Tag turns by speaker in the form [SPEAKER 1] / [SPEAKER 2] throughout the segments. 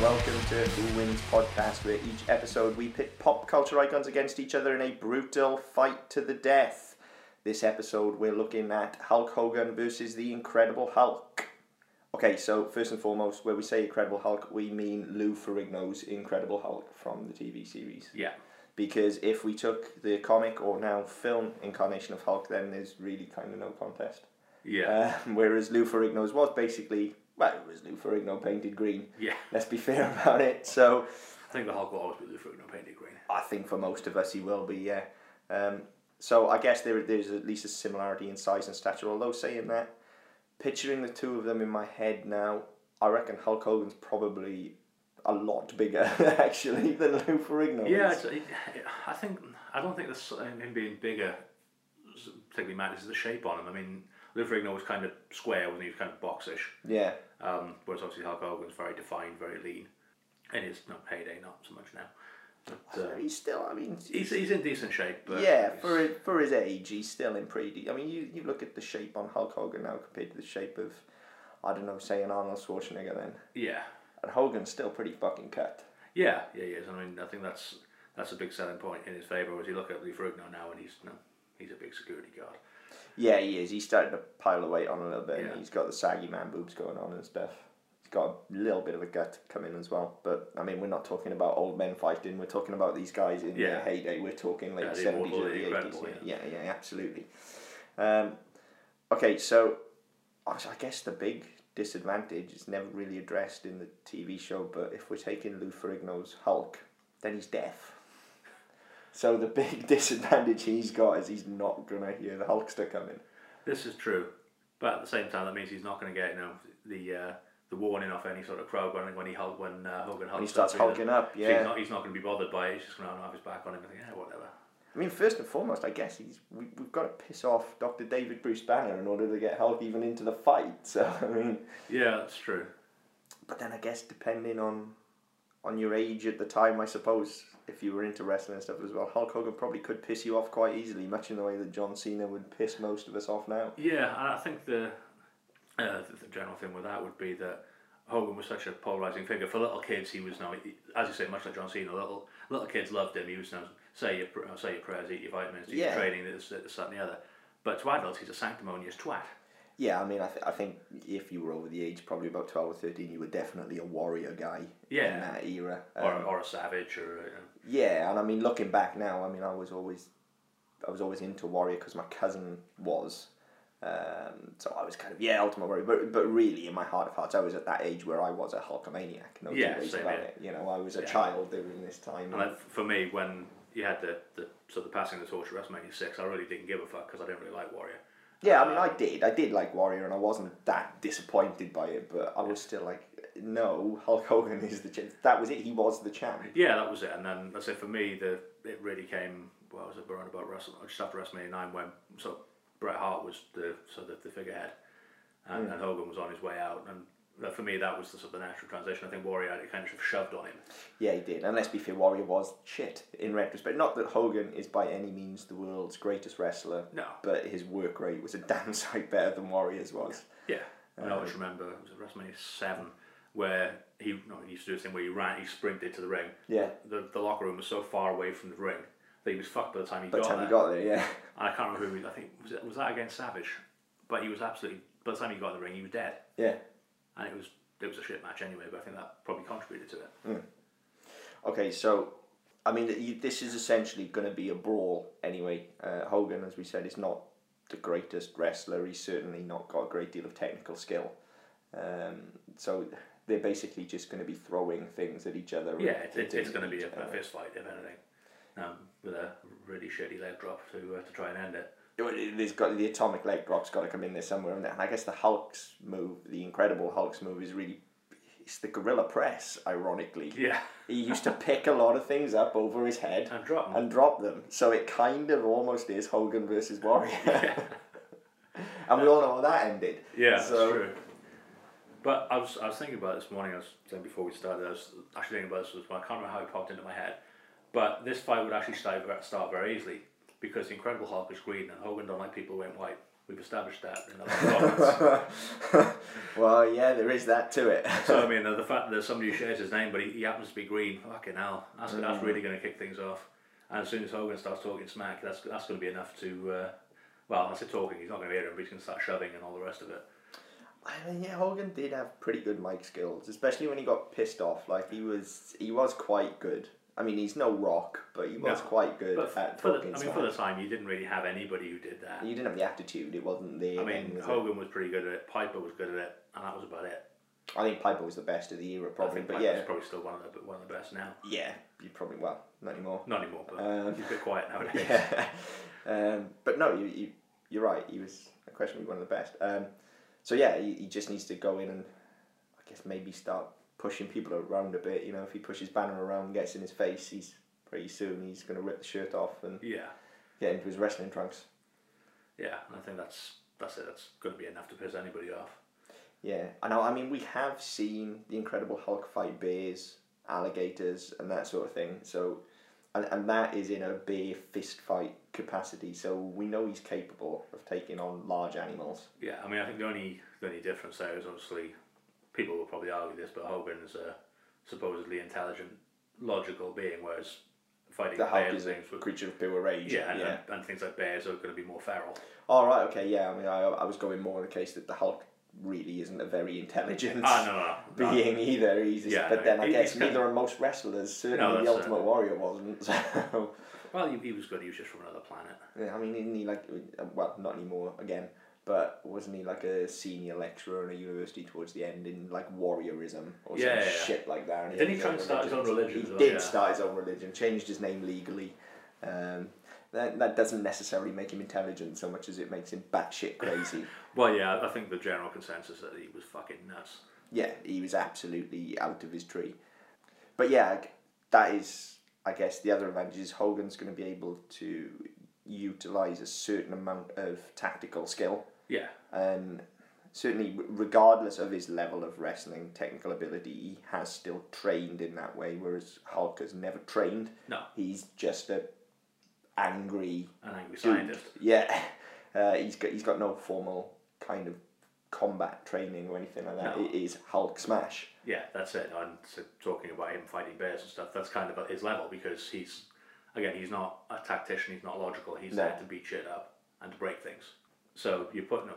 [SPEAKER 1] welcome to Who Wins Podcast, where each episode we pit pop culture icons against each other in a brutal fight to the death. This episode we're looking at Hulk Hogan versus the Incredible Hulk. Okay, so first and foremost, where we say Incredible Hulk, we mean Lou Ferrigno's Incredible Hulk from the TV series.
[SPEAKER 2] Yeah.
[SPEAKER 1] Because if we took the comic or now film incarnation of Hulk, then there's really kind of no contest.
[SPEAKER 2] Yeah.
[SPEAKER 1] Um, whereas Lou Ferrigno's was basically, well, it was Lou Ferrigno painted green.
[SPEAKER 2] yeah.
[SPEAKER 1] Let's be fair about it. So
[SPEAKER 2] I think the Hulk will always be the fruit no painted green.
[SPEAKER 1] I think for most of us he will be, yeah. Um, so I guess there there's at least a similarity in size and stature. Although saying that, picturing the two of them in my head now, I reckon Hulk Hogan's probably a lot bigger actually than Lou Ferrigno.
[SPEAKER 2] Yeah,
[SPEAKER 1] is.
[SPEAKER 2] it's, it, I think I don't think this him being bigger particularly matters the shape on him. I mean, Lou Ferrigno was kind of square when he was kind of boxish,
[SPEAKER 1] yeah,
[SPEAKER 2] um, whereas obviously Hulk Hogan's very defined, very lean, and his not heyday not so much now. But, uh,
[SPEAKER 1] he's still. I mean,
[SPEAKER 2] he's he's in decent shape, but
[SPEAKER 1] yeah,
[SPEAKER 2] he's-
[SPEAKER 1] for his, for his age, he's still in pretty. I mean, you, you look at the shape on Hulk Hogan now compared to the shape of, I don't know, say an Arnold Schwarzenegger then,
[SPEAKER 2] yeah,
[SPEAKER 1] and Hogan's still pretty fucking cut.
[SPEAKER 2] yeah, yeah, he is. I mean, I think that's that's a big selling point in his favour. As you look at Lou Ferrigno now, and he's you know, he's a big security guard.
[SPEAKER 1] Yeah, he is. He's starting to pile the weight on a little bit,
[SPEAKER 2] Yeah.
[SPEAKER 1] and he's got the saggy man boobs going on and stuff. He's got a little bit of a gut coming as well. But I mean, we're not talking about old men fighting. We're talking about these guys in their
[SPEAKER 2] Yeah.
[SPEAKER 1] heyday. We're talking
[SPEAKER 2] Yeah,
[SPEAKER 1] late
[SPEAKER 2] the
[SPEAKER 1] seventies,
[SPEAKER 2] Immortal,
[SPEAKER 1] early
[SPEAKER 2] the
[SPEAKER 1] eighties.
[SPEAKER 2] Incredible,
[SPEAKER 1] Yeah, yeah, absolutely. Um, okay, so I s- I guess the big disadvantage is never really addressed in the TV show. But if we're taking Lou Ferrigno's Hulk, then he's deaf. So the big disadvantage he's got is he's not gonna hear the Hulkster coming.
[SPEAKER 2] This is true, but at the same time, that means he's not going to get you know the uh, the warning off any sort of crowd when when he hulk when uh, Hogan hulks
[SPEAKER 1] When he starts
[SPEAKER 2] up either.
[SPEAKER 1] hulking up,
[SPEAKER 2] So
[SPEAKER 1] yeah.
[SPEAKER 2] he's not, he's not going to be bothered by it. He's just going to have his back on him and think, yeah, whatever.
[SPEAKER 1] I mean, first and foremost, I guess he's, we, we've got to piss off Dr. David Bruce Banner in order to get Hulk even into the fight. So, I mean,
[SPEAKER 2] Yeah, that's true.
[SPEAKER 1] but then I guess depending on on your age at the time, I suppose, if you were into wrestling and stuff as well, Hulk Hogan probably could piss you off quite easily, much in the way that John Cena would piss most of us off now.
[SPEAKER 2] Yeah, and I think the uh, the, the general thing with that would be that Hogan was such a polarizing figure for little kids. He was now, as you say, much like John Cena, little little kids loved him. He was now say your pr- say your prayers, eat your vitamins, do
[SPEAKER 1] Yeah.
[SPEAKER 2] your training, this, this, that, and the other. But to adults, he's a sanctimonious twat.
[SPEAKER 1] Yeah, I mean, I, th- I think if you were over the age, probably about 12 or 13, you were definitely a warrior guy in
[SPEAKER 2] Yeah.
[SPEAKER 1] that era.
[SPEAKER 2] Or,
[SPEAKER 1] Um,
[SPEAKER 2] or a savage, or you know,
[SPEAKER 1] Yeah, and I mean, looking back now, I mean, I was always, I was always into Warrior because my cousin was, um, so I was kind of yeah, Ultimate Warrior. But but really, in my heart of hearts, I was at that age where I was a Hulkamaniac. No
[SPEAKER 2] Yeah,
[SPEAKER 1] two ways
[SPEAKER 2] same
[SPEAKER 1] about
[SPEAKER 2] here.
[SPEAKER 1] it. You know, I was a child during this time.
[SPEAKER 2] And like, for me, when you had the, the sort of passing of the torch at WrestMania 6, I really didn't give a fuck because I didn't really like Warrior.
[SPEAKER 1] yeah, I mean,
[SPEAKER 2] uh,
[SPEAKER 1] I did, I did like Warrior, and I wasn't that disappointed by it. But I was still like, no, Hulk Hogan is the champ. That was it. He was the champ.
[SPEAKER 2] Yeah, that was it. And then, I said, for me, the it really came, well, I was around about Wrestle, just after WrestMania 9 when so Bret Hart was the sort of the figurehead and, and Hogan was on his way out. And that, for me, that was the sort of the natural transition. I think Warrior had it kind of shoved on him.
[SPEAKER 1] Yeah, he did. And let's be fair, Warrior was shit in retrospect. Not that Hogan is by any means the world's greatest wrestler.
[SPEAKER 2] No.
[SPEAKER 1] But his work rate was a damn sight better than Warrior's was.
[SPEAKER 2] Yeah. And I always remember, it was at WrestMania 7 where he, no, he used to do this thing where he ran, he sprinted to the ring.
[SPEAKER 1] Yeah.
[SPEAKER 2] The, the locker room was so far away from the ring that he was fucked by the time he
[SPEAKER 1] By the
[SPEAKER 2] got
[SPEAKER 1] time
[SPEAKER 2] there.
[SPEAKER 1] he got there, yeah.
[SPEAKER 2] And I can't remember who he, I think was, it, was that against Savage, but he was absolutely by the time he got in the ring he was dead,
[SPEAKER 1] Yeah.
[SPEAKER 2] and it was it was a shit match anyway. But I think that probably contributed to it.
[SPEAKER 1] Okay, so, I mean, you, this is essentially going to be a brawl anyway. Uh, Hogan, as we said, is not the greatest wrestler. He's certainly not got a great deal of technical skill. Um, so they're basically just going to be throwing things at each other. and
[SPEAKER 2] Yeah, it's it's,
[SPEAKER 1] hitting
[SPEAKER 2] it's going to be a,
[SPEAKER 1] each other.
[SPEAKER 2] a fist fight if anything, um, with a really shitty leg drop to uh, to try and end it.
[SPEAKER 1] Well, it- There's got the atomic leg drop's got to come in there somewhere, and I guess the Hulk's move, the Incredible Hulk's move, is really it's the gorilla press. Ironically,
[SPEAKER 2] Yeah,
[SPEAKER 1] he used to pick a lot of things up over his head
[SPEAKER 2] and drop. 'em.
[SPEAKER 1] and drop them, so it kind of almost is Hogan versus Warrior. and we all know how that ended.
[SPEAKER 2] Yeah,
[SPEAKER 1] So-
[SPEAKER 2] that's true. But I was, I was thinking about it this morning. I was saying before we started, I was actually thinking about this. But I can't remember how it popped into my head. But this fight would actually start, start very easily because the Incredible Hulk is green and Hogan don't like people wearing white. We've established that in our comments.
[SPEAKER 1] well, yeah, there is that to it.
[SPEAKER 2] so I mean, the fact that somebody who shares his name, but he, he happens to be green, fucking hell, that's, that's really going to kick things off. And as soon as Hogan starts talking smack, that's that's going to be enough to, uh, well, I said talking, he's not going to hear him, but he's going to start shoving and all the rest of it.
[SPEAKER 1] I mean, yeah, Hogan did have pretty good mic skills, especially when he got pissed off. Like he was, he was quite good. I mean, he's no rock, but he was
[SPEAKER 2] No,
[SPEAKER 1] quite good
[SPEAKER 2] But
[SPEAKER 1] at
[SPEAKER 2] for the,
[SPEAKER 1] talking
[SPEAKER 2] I mean,
[SPEAKER 1] smack.
[SPEAKER 2] for the time, you didn't really have anybody who did that.
[SPEAKER 1] You didn't have the attitude; it wasn't the.
[SPEAKER 2] I mean,
[SPEAKER 1] was it?
[SPEAKER 2] Hogan was pretty good at it. Piper was good at it, and that was about it.
[SPEAKER 1] I think Piper was the best of the era,
[SPEAKER 2] I
[SPEAKER 1] probably.
[SPEAKER 2] think
[SPEAKER 1] But
[SPEAKER 2] Piper's
[SPEAKER 1] yeah,
[SPEAKER 2] probably still one of the one of the best now.
[SPEAKER 1] yeah, you probably well, not anymore.
[SPEAKER 2] Not anymore, but
[SPEAKER 1] Um,
[SPEAKER 2] he's a bit quiet nowadays.
[SPEAKER 1] Yeah. um, but no, you, you you're right. He was unquestionably one of the best. Um, so yeah, he, he just needs to go in and I guess maybe start pushing people around a bit. You know, if he pushes Banner around, gets in his face, he's pretty soon he's gonna rip the shirt off and
[SPEAKER 2] Yeah,
[SPEAKER 1] get into his wrestling trunks.
[SPEAKER 2] yeah, and I think that's that's it. That's going to be enough to piss anybody off.
[SPEAKER 1] Yeah, I know. I mean, we have seen the Incredible Hulk fight bears, alligators, and that sort of thing. So, and, and that is in a bear fist fight capacity. So we know he's capable of taking on large animals.
[SPEAKER 2] Yeah, I mean, I think the only the only difference there is obviously people will probably argue this, but Hogan's a supposedly intelligent, logical being, whereas fighting
[SPEAKER 1] The Hulk
[SPEAKER 2] bears
[SPEAKER 1] is a
[SPEAKER 2] things would
[SPEAKER 1] creature of pure rage.
[SPEAKER 2] yeah, and, and things like bears are going to be more feral.
[SPEAKER 1] All right. Okay. Yeah. I mean, I, I was going more on the case that the Hulk really isn't a very intelligent
[SPEAKER 2] Ah, no, no, no, no.
[SPEAKER 1] being either. He's just,
[SPEAKER 2] Yeah,
[SPEAKER 1] but
[SPEAKER 2] no,
[SPEAKER 1] then I
[SPEAKER 2] he-
[SPEAKER 1] guess
[SPEAKER 2] he's kind
[SPEAKER 1] neither are most wrestlers. Certainly, the
[SPEAKER 2] that's
[SPEAKER 1] Ultimate Warrior wasn't. So.
[SPEAKER 2] Well, he, he was good. He was just from another planet.
[SPEAKER 1] Yeah, I mean, isn't he like, well, not anymore again, but wasn't he like a senior lecturer in a university towards the end in like warriorism or some
[SPEAKER 2] Yeah, yeah, yeah.
[SPEAKER 1] shit like that? and
[SPEAKER 2] Didn't
[SPEAKER 1] had
[SPEAKER 2] he try and start his own religion
[SPEAKER 1] He
[SPEAKER 2] as well,
[SPEAKER 1] did
[SPEAKER 2] yeah.
[SPEAKER 1] start his own religion, changed his name legally. Um, that, that doesn't necessarily make him intelligent so much as it makes him batshit crazy.
[SPEAKER 2] Well, yeah, I think the general consensus that he was fucking nuts.
[SPEAKER 1] yeah, he was absolutely out of his tree. But yeah, g- that is, I guess, the other advantage is Hogan's going to be able to utilize a certain amount of tactical skill.
[SPEAKER 2] Yeah,
[SPEAKER 1] and Um, certainly r- regardless of his level of wrestling technical ability he has still trained in that way whereas hulk has never trained
[SPEAKER 2] no,
[SPEAKER 1] he's just a angry
[SPEAKER 2] an angry
[SPEAKER 1] dude.
[SPEAKER 2] scientist.
[SPEAKER 1] yeah uh, he's got he's got no formal kind of combat training or anything like that
[SPEAKER 2] No.
[SPEAKER 1] it is hulk smash
[SPEAKER 2] Yeah, that's it. And so talking about him fighting bears and stuff, that's kind of at his level because he's, again, he's not a tactician. He's not logical. He's
[SPEAKER 1] No.
[SPEAKER 2] there to beat shit up and to break things. So you put him,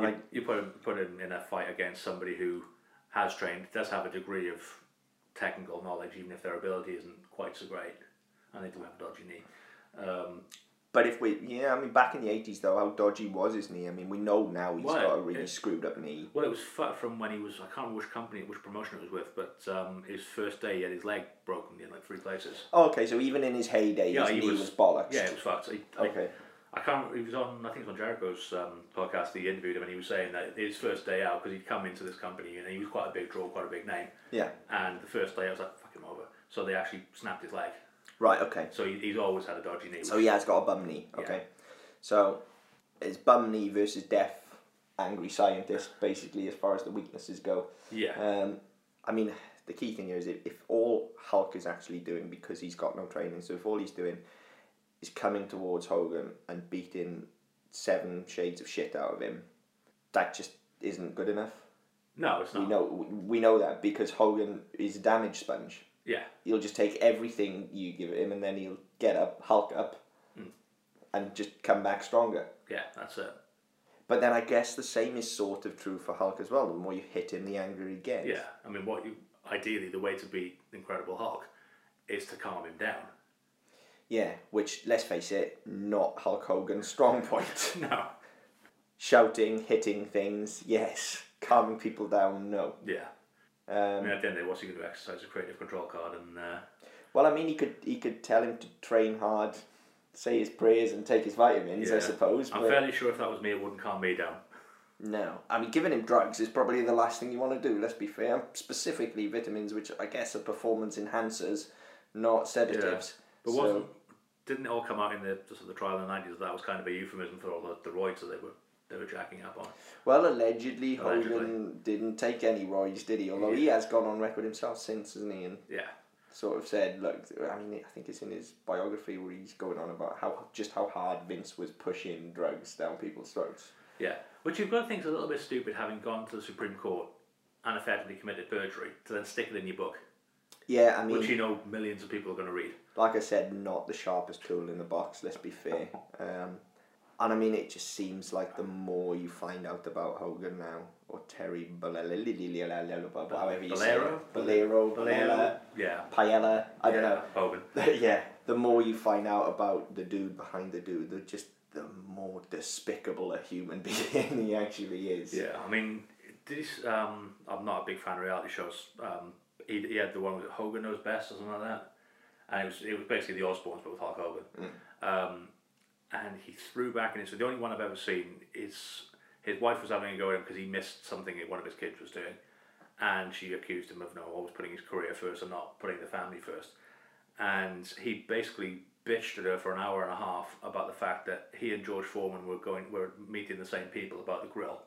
[SPEAKER 2] you,
[SPEAKER 1] And
[SPEAKER 2] you put him, put him in a fight against somebody who has trained, does have a degree of technical knowledge, even if their ability isn't quite so great, and they do have a dodgy knee. Um,
[SPEAKER 1] but if we yeah i mean back in the 80s though how dodgy was his knee i mean we know now he's
[SPEAKER 2] Well,
[SPEAKER 1] got a really
[SPEAKER 2] it-
[SPEAKER 1] screwed up knee
[SPEAKER 2] Well, it was fu- from when he was, I can't remember which company, which promotion it was with, but um, his first day he had his leg broken in like three places.
[SPEAKER 1] Oh, okay so even in his heyday
[SPEAKER 2] Yeah,
[SPEAKER 1] his
[SPEAKER 2] he
[SPEAKER 1] knee was,
[SPEAKER 2] was-
[SPEAKER 1] bollocks
[SPEAKER 2] Yeah, it was fucked. He,
[SPEAKER 1] okay
[SPEAKER 2] I, I can't, he was on, I think it was on Jericho's um, podcast, he interviewed him and he was saying that his first day out, because he'd come into this company and he was quite a big draw, quite a big name,
[SPEAKER 1] yeah
[SPEAKER 2] and the first day I was like, fuck him over. So they actually snapped his leg.
[SPEAKER 1] right okay
[SPEAKER 2] So he, he's always had a dodgy knee.
[SPEAKER 1] So he has got a bum knee. Okay. So it's bum knee versus deaf, angry scientist, basically, as far as the weaknesses go.
[SPEAKER 2] yeah.
[SPEAKER 1] Um, I mean, the key thing here is if, if all Hulk is actually doing, because he's got no training, so if all he's doing is coming towards Hogan and beating seven shades of shit out of him, that just isn't good enough.
[SPEAKER 2] no, it's
[SPEAKER 1] We
[SPEAKER 2] not.
[SPEAKER 1] know we know that because Hogan is a damage sponge
[SPEAKER 2] Yeah.
[SPEAKER 1] he'll just take everything you give him and then he'll get up, hulk up,
[SPEAKER 2] Hmm.
[SPEAKER 1] and just come back stronger.
[SPEAKER 2] Yeah, that's it.
[SPEAKER 1] But then I guess the same is sort of true for Hulk as well. The more you hit him, the angrier he gets.
[SPEAKER 2] Yeah, I mean, what you ideally the way to beat Incredible Hulk is to calm him down.
[SPEAKER 1] Yeah, which, let's face it, not Hulk Hogan's strong point.
[SPEAKER 2] No.
[SPEAKER 1] Shouting, hitting things, yes. Calming people down, no.
[SPEAKER 2] Yeah. I
[SPEAKER 1] Um,
[SPEAKER 2] mean, at the end of the day, what's he going to do? Exercise a creative control card and uh,
[SPEAKER 1] well, I mean, he could he could tell him to train hard, say his prayers, and take his vitamins, I
[SPEAKER 2] yeah.
[SPEAKER 1] suppose.
[SPEAKER 2] I'm
[SPEAKER 1] but
[SPEAKER 2] fairly sure if that was me, it wouldn't calm me down.
[SPEAKER 1] No, I mean, giving him drugs is probably the last thing you want to do. Let's be fair. Specifically, vitamins, which I guess are performance enhancers, not sedatives.
[SPEAKER 2] But
[SPEAKER 1] So-
[SPEAKER 2] wasn't didn't it all come out in the sort of the trial in the nineties? That was kind of a euphemism for all the, the roids that they were they were jacking up on.
[SPEAKER 1] well, allegedly,
[SPEAKER 2] Allegedly.
[SPEAKER 1] Hogan didn't take any roids, did he? Although he has gone on record himself since, hasn't he? And
[SPEAKER 2] Yeah.
[SPEAKER 1] sort of said, look, I mean, I think it's in his biography where he's going on about how just how hard Vince was pushing drugs down people's throats.
[SPEAKER 2] Yeah, which you've got to think is a little bit stupid having gone to the Supreme Court and effectively committed perjury to then stick it in your book,
[SPEAKER 1] Yeah, I mean,
[SPEAKER 2] which you know millions of people are going to read.
[SPEAKER 1] like I said, not the sharpest tool in the box. Let's be fair. Um, and I mean, it just seems like the more you find out about Hogan now, or Terry Bolero, however you say it, Bolero, Bolero,
[SPEAKER 2] yeah,
[SPEAKER 1] Paella, uh, I don't know.
[SPEAKER 2] Hogan.
[SPEAKER 1] yeah, the more you find out about the dude behind the dude, the just the more despicable a human being he actually is.
[SPEAKER 2] Yeah, I mean, this. Um, I'm not a big fan of reality shows. Um, he, he had the one with Hogan knows best or something like that, and it was it was basically the Osbournes but with Hulk Hogan. Um, and he threw back in it. So the only one I've ever seen is his wife was having a go at him because he missed something that one of his kids was doing, and she accused him of no always putting his career first and not putting the family first, and he basically bitched at her for an hour and a half about the fact that he and George Foreman were going were meeting the same people about the grill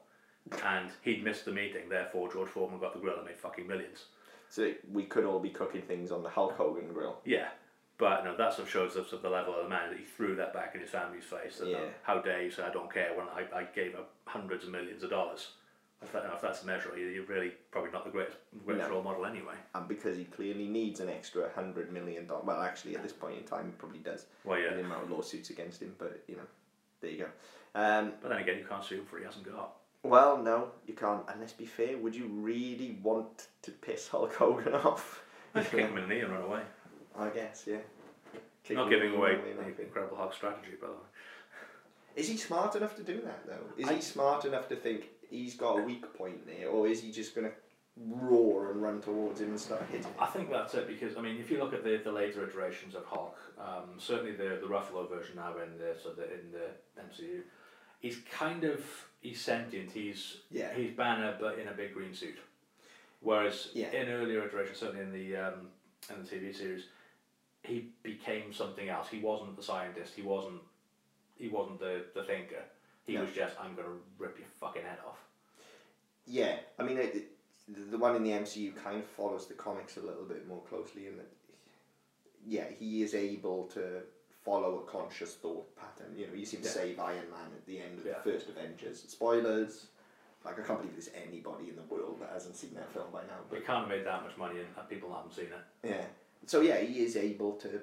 [SPEAKER 2] and he'd missed the meeting. Therefore, George Foreman got the grill and made fucking millions.
[SPEAKER 1] So we could all be cooking things on the Hulk Hogan grill.
[SPEAKER 2] Yeah, but no, that sort of shows us of the level of the man that he threw that back in his family's face. That,
[SPEAKER 1] Yeah.
[SPEAKER 2] How dare you say I don't care when I, I gave up hundreds of millions of dollars? If, that, if that's the measure, you- you're really probably not the greatest, greatest
[SPEAKER 1] No.
[SPEAKER 2] role model anyway.
[SPEAKER 1] and because he clearly needs an extra hundred million dollars. Well, actually, at this point in time, he probably does.
[SPEAKER 2] Well, yeah.
[SPEAKER 1] with The amount of lawsuits against him, but you know, there you go. Um,
[SPEAKER 2] But then again, you can't sue him for he hasn't got.
[SPEAKER 1] well, no, you can't. And let's be fair. Would you really want to piss Hulk Hogan off?
[SPEAKER 2] I kick him in the knee and run away.
[SPEAKER 1] I guess, yeah. Kick
[SPEAKER 2] not
[SPEAKER 1] him
[SPEAKER 2] giving
[SPEAKER 1] in the
[SPEAKER 2] away
[SPEAKER 1] knee, maybe.
[SPEAKER 2] the incredible Hulk strategy, by the way.
[SPEAKER 1] Is he smart enough to do that though? Is
[SPEAKER 2] I-
[SPEAKER 1] he smart enough to think he's got a weak point there, or is he just gonna roar and run towards him and start hitting? him?
[SPEAKER 2] I think that's it because I mean, if you look at the, the later iterations of Hulk, um, certainly the the Ruffalo version now in the so the, in the MCU, he's kind of he's sentient. He's
[SPEAKER 1] Yeah.
[SPEAKER 2] He's Banner, but in a big green suit. Whereas
[SPEAKER 1] Yeah.
[SPEAKER 2] in earlier iterations, certainly in the um, in the TV series, he became something else. He wasn't the scientist. He wasn't he wasn't the, the thinker. He
[SPEAKER 1] No.
[SPEAKER 2] was just I'm gonna rip your fucking head off.
[SPEAKER 1] Yeah, I mean, it, it- the one in the MCU kind of follows the comics a little bit more closely in that, yeah, he is able to follow a conscious thought pattern. You know, you see him
[SPEAKER 2] Yeah.
[SPEAKER 1] save Iron Man at the end of
[SPEAKER 2] Yeah.
[SPEAKER 1] the first Avengers. Spoilers. Like, I can't believe there's anybody in the world that hasn't seen that film by now.
[SPEAKER 2] But
[SPEAKER 1] But
[SPEAKER 2] he can't have made that much money and uh, people haven't seen it.
[SPEAKER 1] yeah, so yeah, he is able to.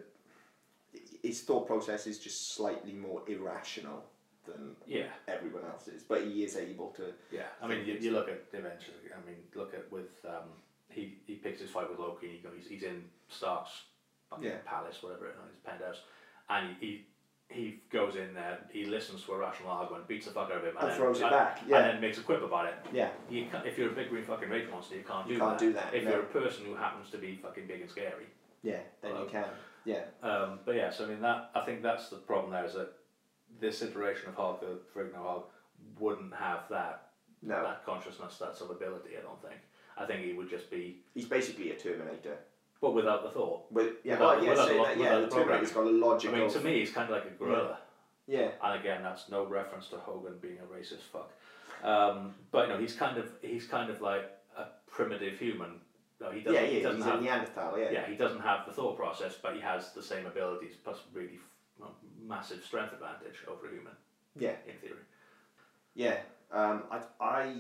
[SPEAKER 1] His thought process is just slightly more irrational than
[SPEAKER 2] Yeah.
[SPEAKER 1] everyone else's, but he is able to.
[SPEAKER 2] Yeah, I mean, you, you look at the Avengers. I mean, look at with um, he he picks his fight with Loki. And he goes, he's in Stark's fucking
[SPEAKER 1] Yeah.
[SPEAKER 2] palace, whatever it is, his penthouse, and he. He goes in there. He listens to a rational argument, beats the fuck out of him, and,
[SPEAKER 1] And
[SPEAKER 2] then,
[SPEAKER 1] throws it
[SPEAKER 2] and,
[SPEAKER 1] back, yeah.
[SPEAKER 2] and then makes a quip about it.
[SPEAKER 1] Yeah,
[SPEAKER 2] You can if you're a big green fucking rage monster, you can't do
[SPEAKER 1] You can't
[SPEAKER 2] that.
[SPEAKER 1] do that,
[SPEAKER 2] If
[SPEAKER 1] no.
[SPEAKER 2] you're a person who happens to be fucking big and scary,
[SPEAKER 1] yeah, then you
[SPEAKER 2] Well-
[SPEAKER 1] can. Yeah.
[SPEAKER 2] um, but yeah, so I mean that I think that's the problem there is that this iteration of Hulk, the Frigno Hulk, wouldn't have that
[SPEAKER 1] No.
[SPEAKER 2] that consciousness, that sort of ability. I don't think. I think he would just be,
[SPEAKER 1] He's basically a Terminator.
[SPEAKER 2] but without the thought.
[SPEAKER 1] With, yeah,
[SPEAKER 2] Without-
[SPEAKER 1] well, yeah,
[SPEAKER 2] without
[SPEAKER 1] say
[SPEAKER 2] the lo-
[SPEAKER 1] that, yeah,
[SPEAKER 2] without
[SPEAKER 1] the
[SPEAKER 2] the programming.
[SPEAKER 1] Terminator's got a
[SPEAKER 2] I
[SPEAKER 1] logical.
[SPEAKER 2] mean, to me, he's kind of like a gorilla.
[SPEAKER 1] yeah,
[SPEAKER 2] And again, that's no reference to Hogan being a racist fuck. Um, but you know, he's kind of he's kind of like a primitive human. No, he doesn't.
[SPEAKER 1] yeah, yeah,
[SPEAKER 2] he
[SPEAKER 1] he's
[SPEAKER 2] doesn't
[SPEAKER 1] a
[SPEAKER 2] have.
[SPEAKER 1] Neanderthal. Yeah.
[SPEAKER 2] Yeah, he doesn't have the thought process, but he has the same abilities plus really f- well, massive strength advantage over a human
[SPEAKER 1] yeah,
[SPEAKER 2] in theory.
[SPEAKER 1] yeah. Um, I, I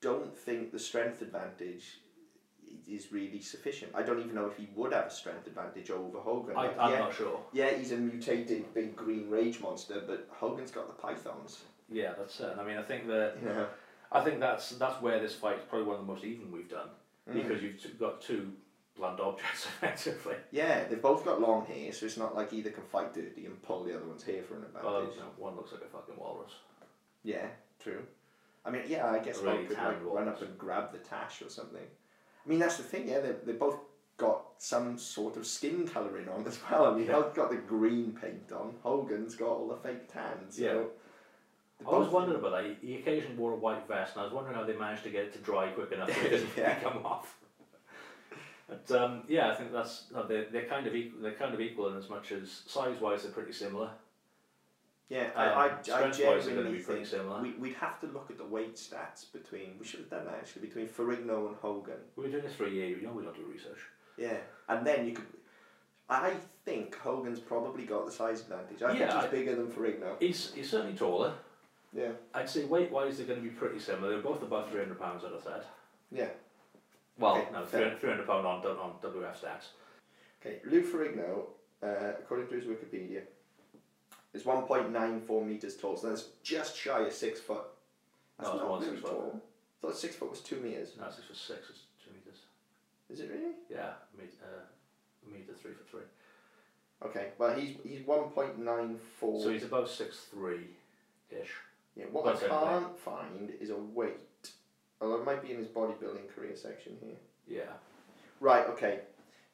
[SPEAKER 1] don't think the strength advantage i- is really sufficient. I don't even know if he would have a strength advantage over Hogan.
[SPEAKER 2] I,
[SPEAKER 1] Like,
[SPEAKER 2] I'm
[SPEAKER 1] yeah,
[SPEAKER 2] not sure.
[SPEAKER 1] yeah, he's a mutated big green rage monster, but Hogan's got the pythons.
[SPEAKER 2] Yeah, that's it. And I mean, I think that
[SPEAKER 1] You know,
[SPEAKER 2] I think that's that's where this fight is probably one of the most even we've done
[SPEAKER 1] Mm.
[SPEAKER 2] because you've t- got two blunt objects effectively.
[SPEAKER 1] yeah, they've both got long hair, so it's not like either can fight dirty and pull the other one's hair for an advantage.
[SPEAKER 2] Although you know, one looks like a fucking walrus.
[SPEAKER 1] Yeah, true. I mean, yeah, I guess
[SPEAKER 2] Really
[SPEAKER 1] they could like,
[SPEAKER 2] tanned
[SPEAKER 1] run
[SPEAKER 2] ones.
[SPEAKER 1] up and grab the tash or something. I mean, that's the thing, yeah, they, they both got some sort of skin colouring on as well. I mean,
[SPEAKER 2] Yeah.
[SPEAKER 1] Hulk's got the green paint on, Hogan's got all the fake tans. So
[SPEAKER 2] Yeah.
[SPEAKER 1] they're
[SPEAKER 2] I was
[SPEAKER 1] both-
[SPEAKER 2] wondering about that. He, he occasionally wore a white vest, and I was wondering how they managed to get it to dry quick enough for it doesn't
[SPEAKER 1] Yeah.
[SPEAKER 2] come off. But um, yeah, I think that's no, they're, they're kind of equal. They're kind of equal in as much as size wise they're pretty similar.
[SPEAKER 1] Yeah,
[SPEAKER 2] Um,
[SPEAKER 1] I, I, I
[SPEAKER 2] strength-wise, they're gonna
[SPEAKER 1] genuinely
[SPEAKER 2] be pretty
[SPEAKER 1] think
[SPEAKER 2] similar.
[SPEAKER 1] we, we'd have to look at the weight stats between, we should have done that actually, between Ferrigno and Hogan.
[SPEAKER 2] We were doing this for a year. You know, we don't do research.
[SPEAKER 1] Yeah, and then you could. I think Hogan's probably got the size advantage. I think
[SPEAKER 2] Yeah,
[SPEAKER 1] he's
[SPEAKER 2] I-
[SPEAKER 1] bigger than Ferrigno.
[SPEAKER 2] He's, he's certainly taller.
[SPEAKER 1] Yeah,
[SPEAKER 2] I'd say weight wise, they're going to be pretty similar. They're both about 300 pounds, as I said.
[SPEAKER 1] yeah.
[SPEAKER 2] Well,
[SPEAKER 1] Okay,
[SPEAKER 2] no,
[SPEAKER 1] fair.
[SPEAKER 2] 300, 300 pound on, on WF stats.
[SPEAKER 1] Okay, Lou Ferrigno, uh, according to his Wikipedia, is 1.94 metres tall, so that's just shy of six foot. That's
[SPEAKER 2] No, it's more
[SPEAKER 1] not
[SPEAKER 2] than
[SPEAKER 1] really
[SPEAKER 2] six foot.
[SPEAKER 1] tall. I thought six foot was two metres.
[SPEAKER 2] No, six foot six is two meters.
[SPEAKER 1] Is it really?
[SPEAKER 2] Yeah, me, uh, meter three foot three.
[SPEAKER 1] Okay, well, he's, he's 1.94.
[SPEAKER 2] So he's about six three, ish.
[SPEAKER 1] Yeah, what
[SPEAKER 2] That's
[SPEAKER 1] I
[SPEAKER 2] it, right.
[SPEAKER 1] can't find is a weight. Although it might be in his bodybuilding career section here.
[SPEAKER 2] Yeah.
[SPEAKER 1] Right, okay.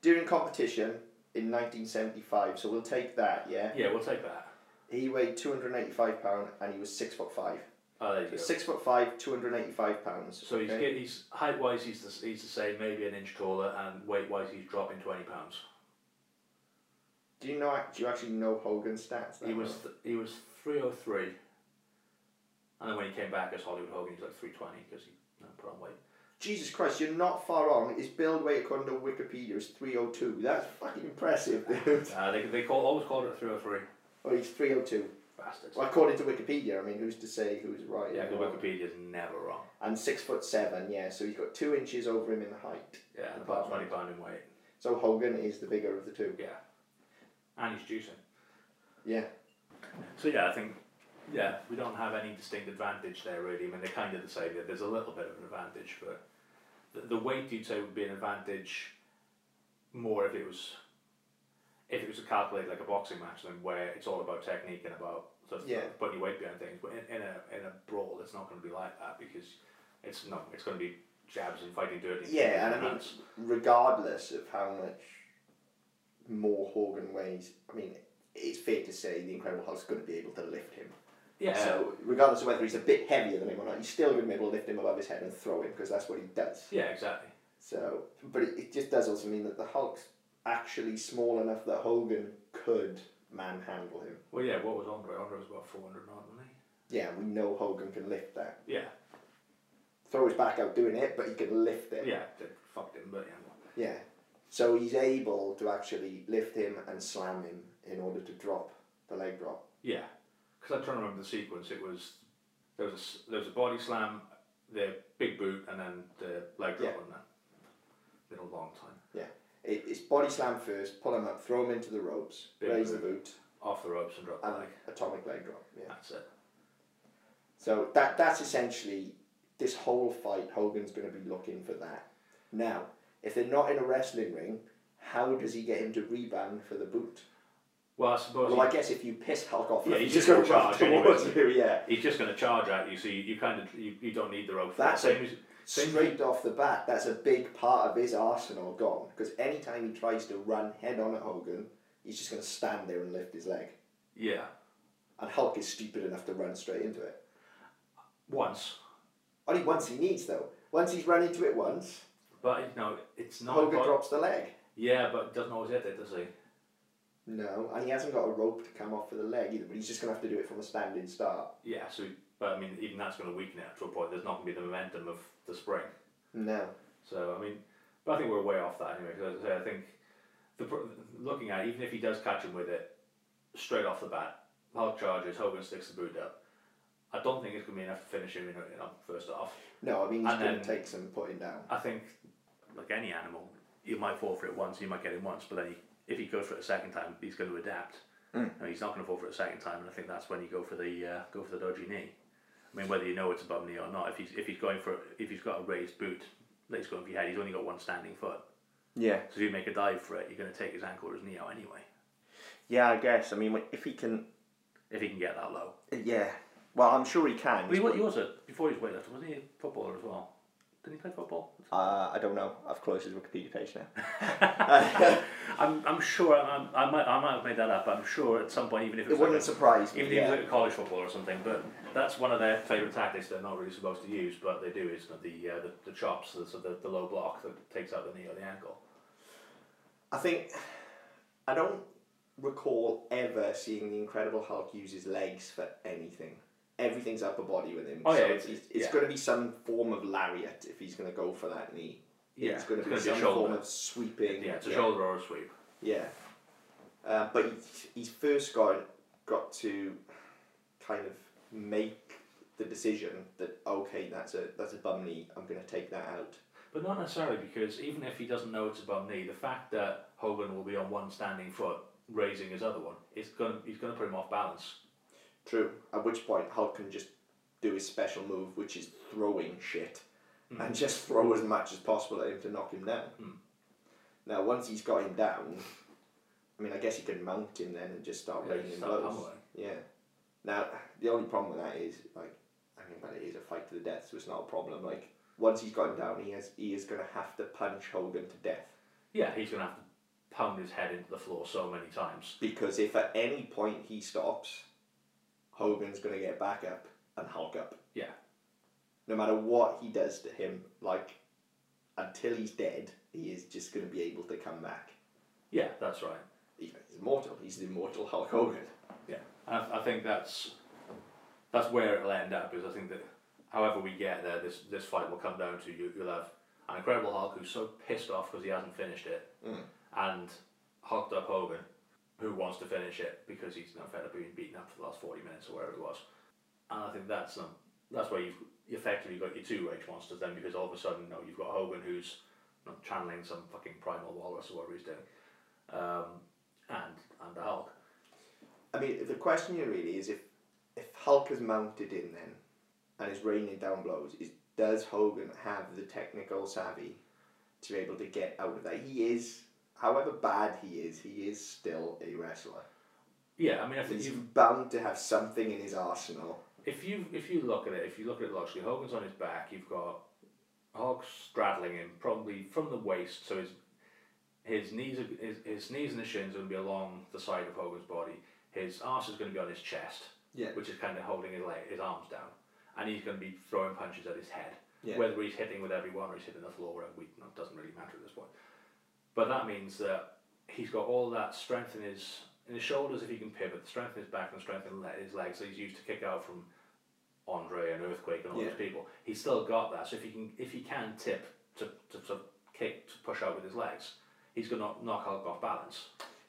[SPEAKER 1] During competition in 1975, so we'll take that, yeah?
[SPEAKER 2] Yeah, we'll take that.
[SPEAKER 1] He weighed 285 pounds and he was 6 foot 5.
[SPEAKER 2] Oh, there you go.
[SPEAKER 1] Six foot five, 285 pounds.
[SPEAKER 2] So he's
[SPEAKER 1] okay?
[SPEAKER 2] get- he's height wise he's the, he's the same, maybe an inch taller, and weight wise he's dropping twenty pounds.
[SPEAKER 1] Do you know? act- Do you actually know Hogan's stats? that
[SPEAKER 2] He was
[SPEAKER 1] well?
[SPEAKER 2] th- he was three oh three, and then when he came back as Hollywood Hogan, he's like three twenty because he you know, put on weight.
[SPEAKER 1] Jesus Christ! You're not far on. His build weight according to Wikipedia is 302. That's fucking impressive, dude.
[SPEAKER 2] Uh, they they call always called it three oh three.
[SPEAKER 1] oh, he's 302.
[SPEAKER 2] Bastards.
[SPEAKER 1] Well, according to Wikipedia, I mean, who's to say who's right?
[SPEAKER 2] Yeah,
[SPEAKER 1] and
[SPEAKER 2] because
[SPEAKER 1] wrong?
[SPEAKER 2] Wikipedia's never wrong.
[SPEAKER 1] And six foot seven. Yeah, so he's got two inches over him in height.
[SPEAKER 2] Yeah, and about twenty pound in weight.
[SPEAKER 1] So Hogan is the bigger of the two.
[SPEAKER 2] Yeah, and he's juicing.
[SPEAKER 1] Yeah.
[SPEAKER 2] So yeah, I think yeah we don't have any distinct advantage there really. I mean they're kind of the same. There's a little bit of an advantage, but the, the weight you'd say would be an advantage more if it was if it was calculated like a boxing match, then where it's all about technique and about sort of
[SPEAKER 1] Yeah.
[SPEAKER 2] putting your weight behind things. But in, in a in a brawl, it's not going to be like that because it's not. It's going to be jabs and fighting dirty.
[SPEAKER 1] Yeah, and I mean,
[SPEAKER 2] that's-
[SPEAKER 1] regardless of how much more Hogan weighs, I mean, it's fair to say the Incredible Hulk's going to be able to lift him.
[SPEAKER 2] yeah.
[SPEAKER 1] So regardless of whether he's a bit heavier than him or not, he's still going to be able to lift him above his head and throw him because that's what he does.
[SPEAKER 2] yeah, exactly.
[SPEAKER 1] So, but it, it just does also mean that the Hulk's actually small enough that Hogan could manhandle him.
[SPEAKER 2] Well, yeah. What was Andre? Andre was about four hundred, wasn't
[SPEAKER 1] Yeah, we know Hogan can lift that.
[SPEAKER 2] he? Yeah.
[SPEAKER 1] Throw his back out doing it, but he can lift it.
[SPEAKER 2] Yeah, they fucked him, but yeah.
[SPEAKER 1] Yeah. So he's able to actually lift him and slam him in order to drop the leg drop.
[SPEAKER 2] Yeah, because I'm trying to remember the sequence. It was there was a, s- there was a body slam, the big boot, and then the leg drop,
[SPEAKER 1] Yeah.
[SPEAKER 2] and that. Been a long time
[SPEAKER 1] Yeah. It, it's body slam first, pull him up, throw him into the ropes,
[SPEAKER 2] Big
[SPEAKER 1] raise
[SPEAKER 2] boot.
[SPEAKER 1] the boot,
[SPEAKER 2] off the ropes and drop the
[SPEAKER 1] and
[SPEAKER 2] leg.
[SPEAKER 1] atomic leg drop. Yeah.
[SPEAKER 2] That's it.
[SPEAKER 1] So that that's essentially this whole fight. Hogan's going to be looking for that. Now, if they're not in a wrestling ring, how does he get him to rebound for the boot?
[SPEAKER 2] Well, I suppose
[SPEAKER 1] Well, I
[SPEAKER 2] he-
[SPEAKER 1] guess if you piss Hulk off,
[SPEAKER 2] Yeah,
[SPEAKER 1] he's
[SPEAKER 2] he's
[SPEAKER 1] just going to
[SPEAKER 2] just
[SPEAKER 1] charge
[SPEAKER 2] gonna charge
[SPEAKER 1] towards you. Yeah,
[SPEAKER 2] he's just going to charge at you, so you, you kind of you, you don't need the rope. For
[SPEAKER 1] That's
[SPEAKER 2] that.
[SPEAKER 1] it.
[SPEAKER 2] as- same
[SPEAKER 1] straight off the bat, that's a big part of his arsenal gone. Because anytime he tries to run head on at Hogan, he's just going to stand there and lift his leg.
[SPEAKER 2] Yeah,
[SPEAKER 1] And Hulk is stupid enough to run straight into it.
[SPEAKER 2] once,
[SPEAKER 1] Only once he needs though. Once he's run into it once,
[SPEAKER 2] but you know it's not.
[SPEAKER 1] Hogan
[SPEAKER 2] about-
[SPEAKER 1] drops the leg.
[SPEAKER 2] Yeah, but doesn't always hit it, does he?
[SPEAKER 1] No, and he hasn't got a rope to come off for the leg either, but he's just going to have to do it from a standing start.
[SPEAKER 2] Yeah, so but I mean even that's going to weaken it to a point. There's not going to be the momentum of the spring.
[SPEAKER 1] No.
[SPEAKER 2] So I mean, but I think we're way off that anyway. Because I say, I think the pr- looking at it, even if he does catch him with it straight off the bat, Hulk charges, Hogan sticks the boot up. I don't think it's gonna be enough to finish him. You know, you know first off,
[SPEAKER 1] No, I mean, he's
[SPEAKER 2] And
[SPEAKER 1] going to
[SPEAKER 2] then-
[SPEAKER 1] take some putting down.
[SPEAKER 2] I think like any animal, you might fall for it once, you might get him once, but then he, if he goes for it a second time, he's going to adapt. And he's not going to fall for it a second time, and I think that's when you go for the uh, go for the dodgy knee. I mean, whether you know it's a bum knee or not, if he's if he's going for if he's got a raised boot that he's going for your head, he's only got one standing foot.
[SPEAKER 1] Yeah.
[SPEAKER 2] So if you make a dive for it, you're going to take his ankle or his knee out anyway,
[SPEAKER 1] Yeah, I guess. I mean, if he can.
[SPEAKER 2] if he can get that low.
[SPEAKER 1] Yeah. Well, I'm sure he can.
[SPEAKER 2] But he, wa- he was a, before he was weightlifter, wasn't he a footballer as well? Didn't he play football?
[SPEAKER 1] Uh, I don't know. I've closed his Wikipedia page now.
[SPEAKER 2] I'm, I'm sure, I'm, I, might, I might have made that up, but I'm sure at some point, even if it
[SPEAKER 1] It
[SPEAKER 2] was,
[SPEAKER 1] wouldn't
[SPEAKER 2] like
[SPEAKER 1] surprise
[SPEAKER 2] a, even
[SPEAKER 1] me.
[SPEAKER 2] if it was
[SPEAKER 1] Yeah.
[SPEAKER 2] like a college football or something, but that's one of their favourite tactics they're not really supposed to use, but they do is the, uh, the, the chops, the, so the, the low block that takes out the knee or the ankle.
[SPEAKER 1] I think. I don't recall ever seeing the Incredible Hulk use his legs for anything. Everything's upper body with him.
[SPEAKER 2] Oh, yeah,
[SPEAKER 1] so it's,
[SPEAKER 2] it's-
[SPEAKER 1] it's
[SPEAKER 2] yeah.
[SPEAKER 1] going to be some form of lariat if he's going to go for that knee. it's going to be
[SPEAKER 2] gonna
[SPEAKER 1] some
[SPEAKER 2] shoulder.
[SPEAKER 1] form of sweeping.
[SPEAKER 2] Yeah, it's a shoulder or a sweep.
[SPEAKER 1] Yeah. Uh, but he, he first got got to kind of make the decision that okay, that's a that's a bum knee. I'm going to take that out.
[SPEAKER 2] But not necessarily because even if he doesn't know it's a bum knee, the fact that Hogan will be on one standing foot raising his other one, it's going he's going to put him off balance.
[SPEAKER 1] True. At which point Hulk can just do his special move, which is throwing shit,
[SPEAKER 2] Mm.
[SPEAKER 1] and just throw as much as possible at him to knock him down. Now, once he's got him down, I mean, I guess he can mount him then and just start
[SPEAKER 2] Yeah,
[SPEAKER 1] raining
[SPEAKER 2] just start
[SPEAKER 1] blows.
[SPEAKER 2] pummeling.
[SPEAKER 1] Yeah. Now, the only problem with that is like, I mean, but it is a fight to the death, so it's not a problem. Like, once he's got him down, he has he is gonna have to punch Hogan to death.
[SPEAKER 2] Yeah, he's going to have to pound his head into the floor so many times.
[SPEAKER 1] Because if at any point he stops, Hogan's gonna get back up and Hulk up.
[SPEAKER 2] Yeah.
[SPEAKER 1] no matter what he does to him, like until he's dead, he is just going to be able to come back.
[SPEAKER 2] Yeah, that's right.
[SPEAKER 1] He's immortal. He's the immortal Hulk Hogan.
[SPEAKER 2] Yeah, and I, I think that's that's where it'll end up. Is I think that however we get there, this this fight will come down to you. You'll have an incredible Hulk who's so pissed off because he hasn't finished it, and hulked up Hogan, who wants to finish it because he's now fed up being beaten up for the last forty minutes or whatever it was. And I think that's um, that's where you've effectively got your two rage monsters then because all of a sudden no, you've got Hogan who's not channeling some fucking primal walrus or whatever he's doing, um, and and the Hulk.
[SPEAKER 1] I mean, the question here really is if if Hulk is mounted in then and is raining down blows, is does Hogan have the technical savvy to be able to get out of that? He is, however bad he is, he is still a wrestler.
[SPEAKER 2] Yeah, I mean I think
[SPEAKER 1] He's
[SPEAKER 2] you've
[SPEAKER 1] bound to have something in his arsenal.
[SPEAKER 2] if you if you look at it, if you look at it logically, Hogan's on his back. You've got Hulk straddling him, probably from the waist. So his his knees are, his, his knees and his shins are going to be along the side of Hogan's body. His arse is going to be on his chest,
[SPEAKER 1] Yeah.
[SPEAKER 2] which is kind of holding his leg, his arms down, and he's going to be throwing punches at his head.
[SPEAKER 1] Yeah.
[SPEAKER 2] Whether he's hitting with everyone or he's hitting the floor, whatever, we, no, it doesn't really matter at this point. But that means that he's got all that strength in his in his shoulders if he can pivot, strength in his back and strength in le- his legs that he's used to kick out from Andre and Earthquake and all
[SPEAKER 1] Yeah.
[SPEAKER 2] those people. He's still got that. So if he can if he can tip to, to, to kick to push out with his legs, he's gonna knock Hulk off balance.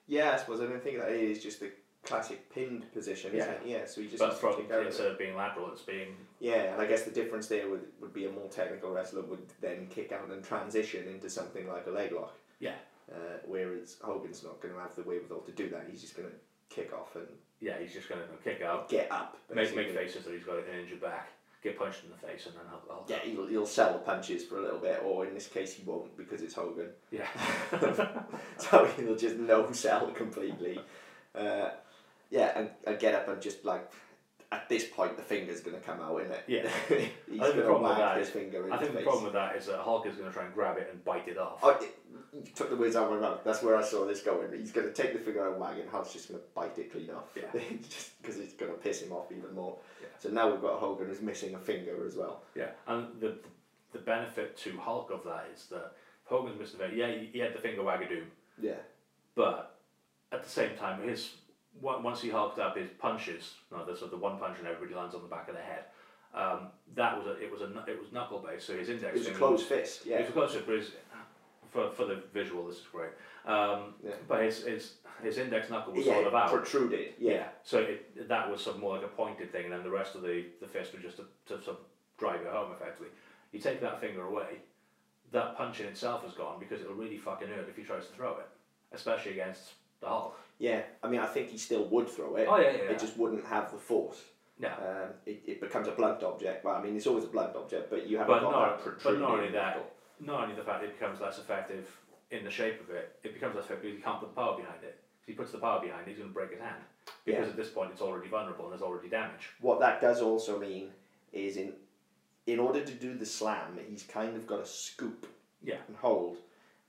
[SPEAKER 1] Yeah, I suppose I don't think that it is just the classic pinned position, isn't
[SPEAKER 2] Yeah.
[SPEAKER 1] it? Yeah, so he just
[SPEAKER 2] But
[SPEAKER 1] has to
[SPEAKER 2] from
[SPEAKER 1] kick out of
[SPEAKER 2] instead
[SPEAKER 1] it.
[SPEAKER 2] of being lateral, it's being
[SPEAKER 1] Yeah, and I guess the difference there would, would be a more technical wrestler would then kick out and transition into something like a leg lock,
[SPEAKER 2] yeah
[SPEAKER 1] uh, whereas Hogan's not going to have the wherewithal to do that. He's just going to kick off and
[SPEAKER 2] yeah he's just gonna kick out,
[SPEAKER 1] get up.
[SPEAKER 2] make make
[SPEAKER 1] basically.
[SPEAKER 2] faces that he's got an injured back, get punched in the face, and then Hulk. Hulk.
[SPEAKER 1] Yeah, he'll, he'll sell the punches for a little bit, or in this case, he won't because it's Hogan.
[SPEAKER 2] yeah.
[SPEAKER 1] so he'll just no sell completely. Uh, yeah, and, and get up and just like at this point the finger's gonna come out, isn't it?
[SPEAKER 2] Yeah.
[SPEAKER 1] he's
[SPEAKER 2] I think
[SPEAKER 1] gonna
[SPEAKER 2] the problem with
[SPEAKER 1] whack
[SPEAKER 2] that
[SPEAKER 1] his
[SPEAKER 2] is-
[SPEAKER 1] finger in
[SPEAKER 2] I
[SPEAKER 1] the
[SPEAKER 2] think the
[SPEAKER 1] face.
[SPEAKER 2] problem with that is that Hulk is going to try and grab it and bite it off.
[SPEAKER 1] Oh, it, you took the words out of my mouth. That's where I saw this going. He's gonna take the finger and wag, and Hulk's just gonna bite it clean off.
[SPEAKER 2] Yeah.
[SPEAKER 1] just because it's gonna piss him off even more.
[SPEAKER 2] Yeah.
[SPEAKER 1] So now we've got Hogan who's missing a finger as well.
[SPEAKER 2] Yeah, and the the benefit to Hulk of that is that Hogan's missing the yeah he, he had the finger wagadoo,
[SPEAKER 1] Yeah.
[SPEAKER 2] but at the same time his on- once he hulked up his punches no the sort of the one punch and everybody lands on the back of the head. Um, that was a it was a kn- it was knuckle based so his index
[SPEAKER 1] It was a
[SPEAKER 2] finger
[SPEAKER 1] closed fist. Yeah.
[SPEAKER 2] It was a close up, but his, for for the visual this is great. Um,
[SPEAKER 1] Yeah.
[SPEAKER 2] but his his his index knuckle was
[SPEAKER 1] yeah.
[SPEAKER 2] sort
[SPEAKER 1] it
[SPEAKER 2] of out.
[SPEAKER 1] protruded. Yeah.
[SPEAKER 2] So it, that was sort of more like a pointed thing, and then the rest of the, the fist was just to, to sort of drive it home effectively. You take that finger away, that punch in itself is gone because it'll really fucking hurt if he tries to throw it, especially against the Hulk.
[SPEAKER 1] Yeah, I mean, I think he still would throw it.
[SPEAKER 2] Oh, yeah, yeah, yeah.
[SPEAKER 1] It just wouldn't have the force.
[SPEAKER 2] No.
[SPEAKER 1] Um, it, it becomes a blunt object. Well, I mean, it's always a blunt object, but you haven't
[SPEAKER 2] but
[SPEAKER 1] got
[SPEAKER 2] not,
[SPEAKER 1] that
[SPEAKER 2] but
[SPEAKER 1] protruding.
[SPEAKER 2] not only that, not only the fact that it becomes less effective in the shape of it, it becomes less effective because he can't put the power behind it. If he puts the power behind it, he's going to break his hand. Because
[SPEAKER 1] Yeah.
[SPEAKER 2] at this point, it's already vulnerable and there's already damage.
[SPEAKER 1] What that does also mean is in in order to do the slam, he's kind of got to scoop
[SPEAKER 2] Yeah.
[SPEAKER 1] and hold,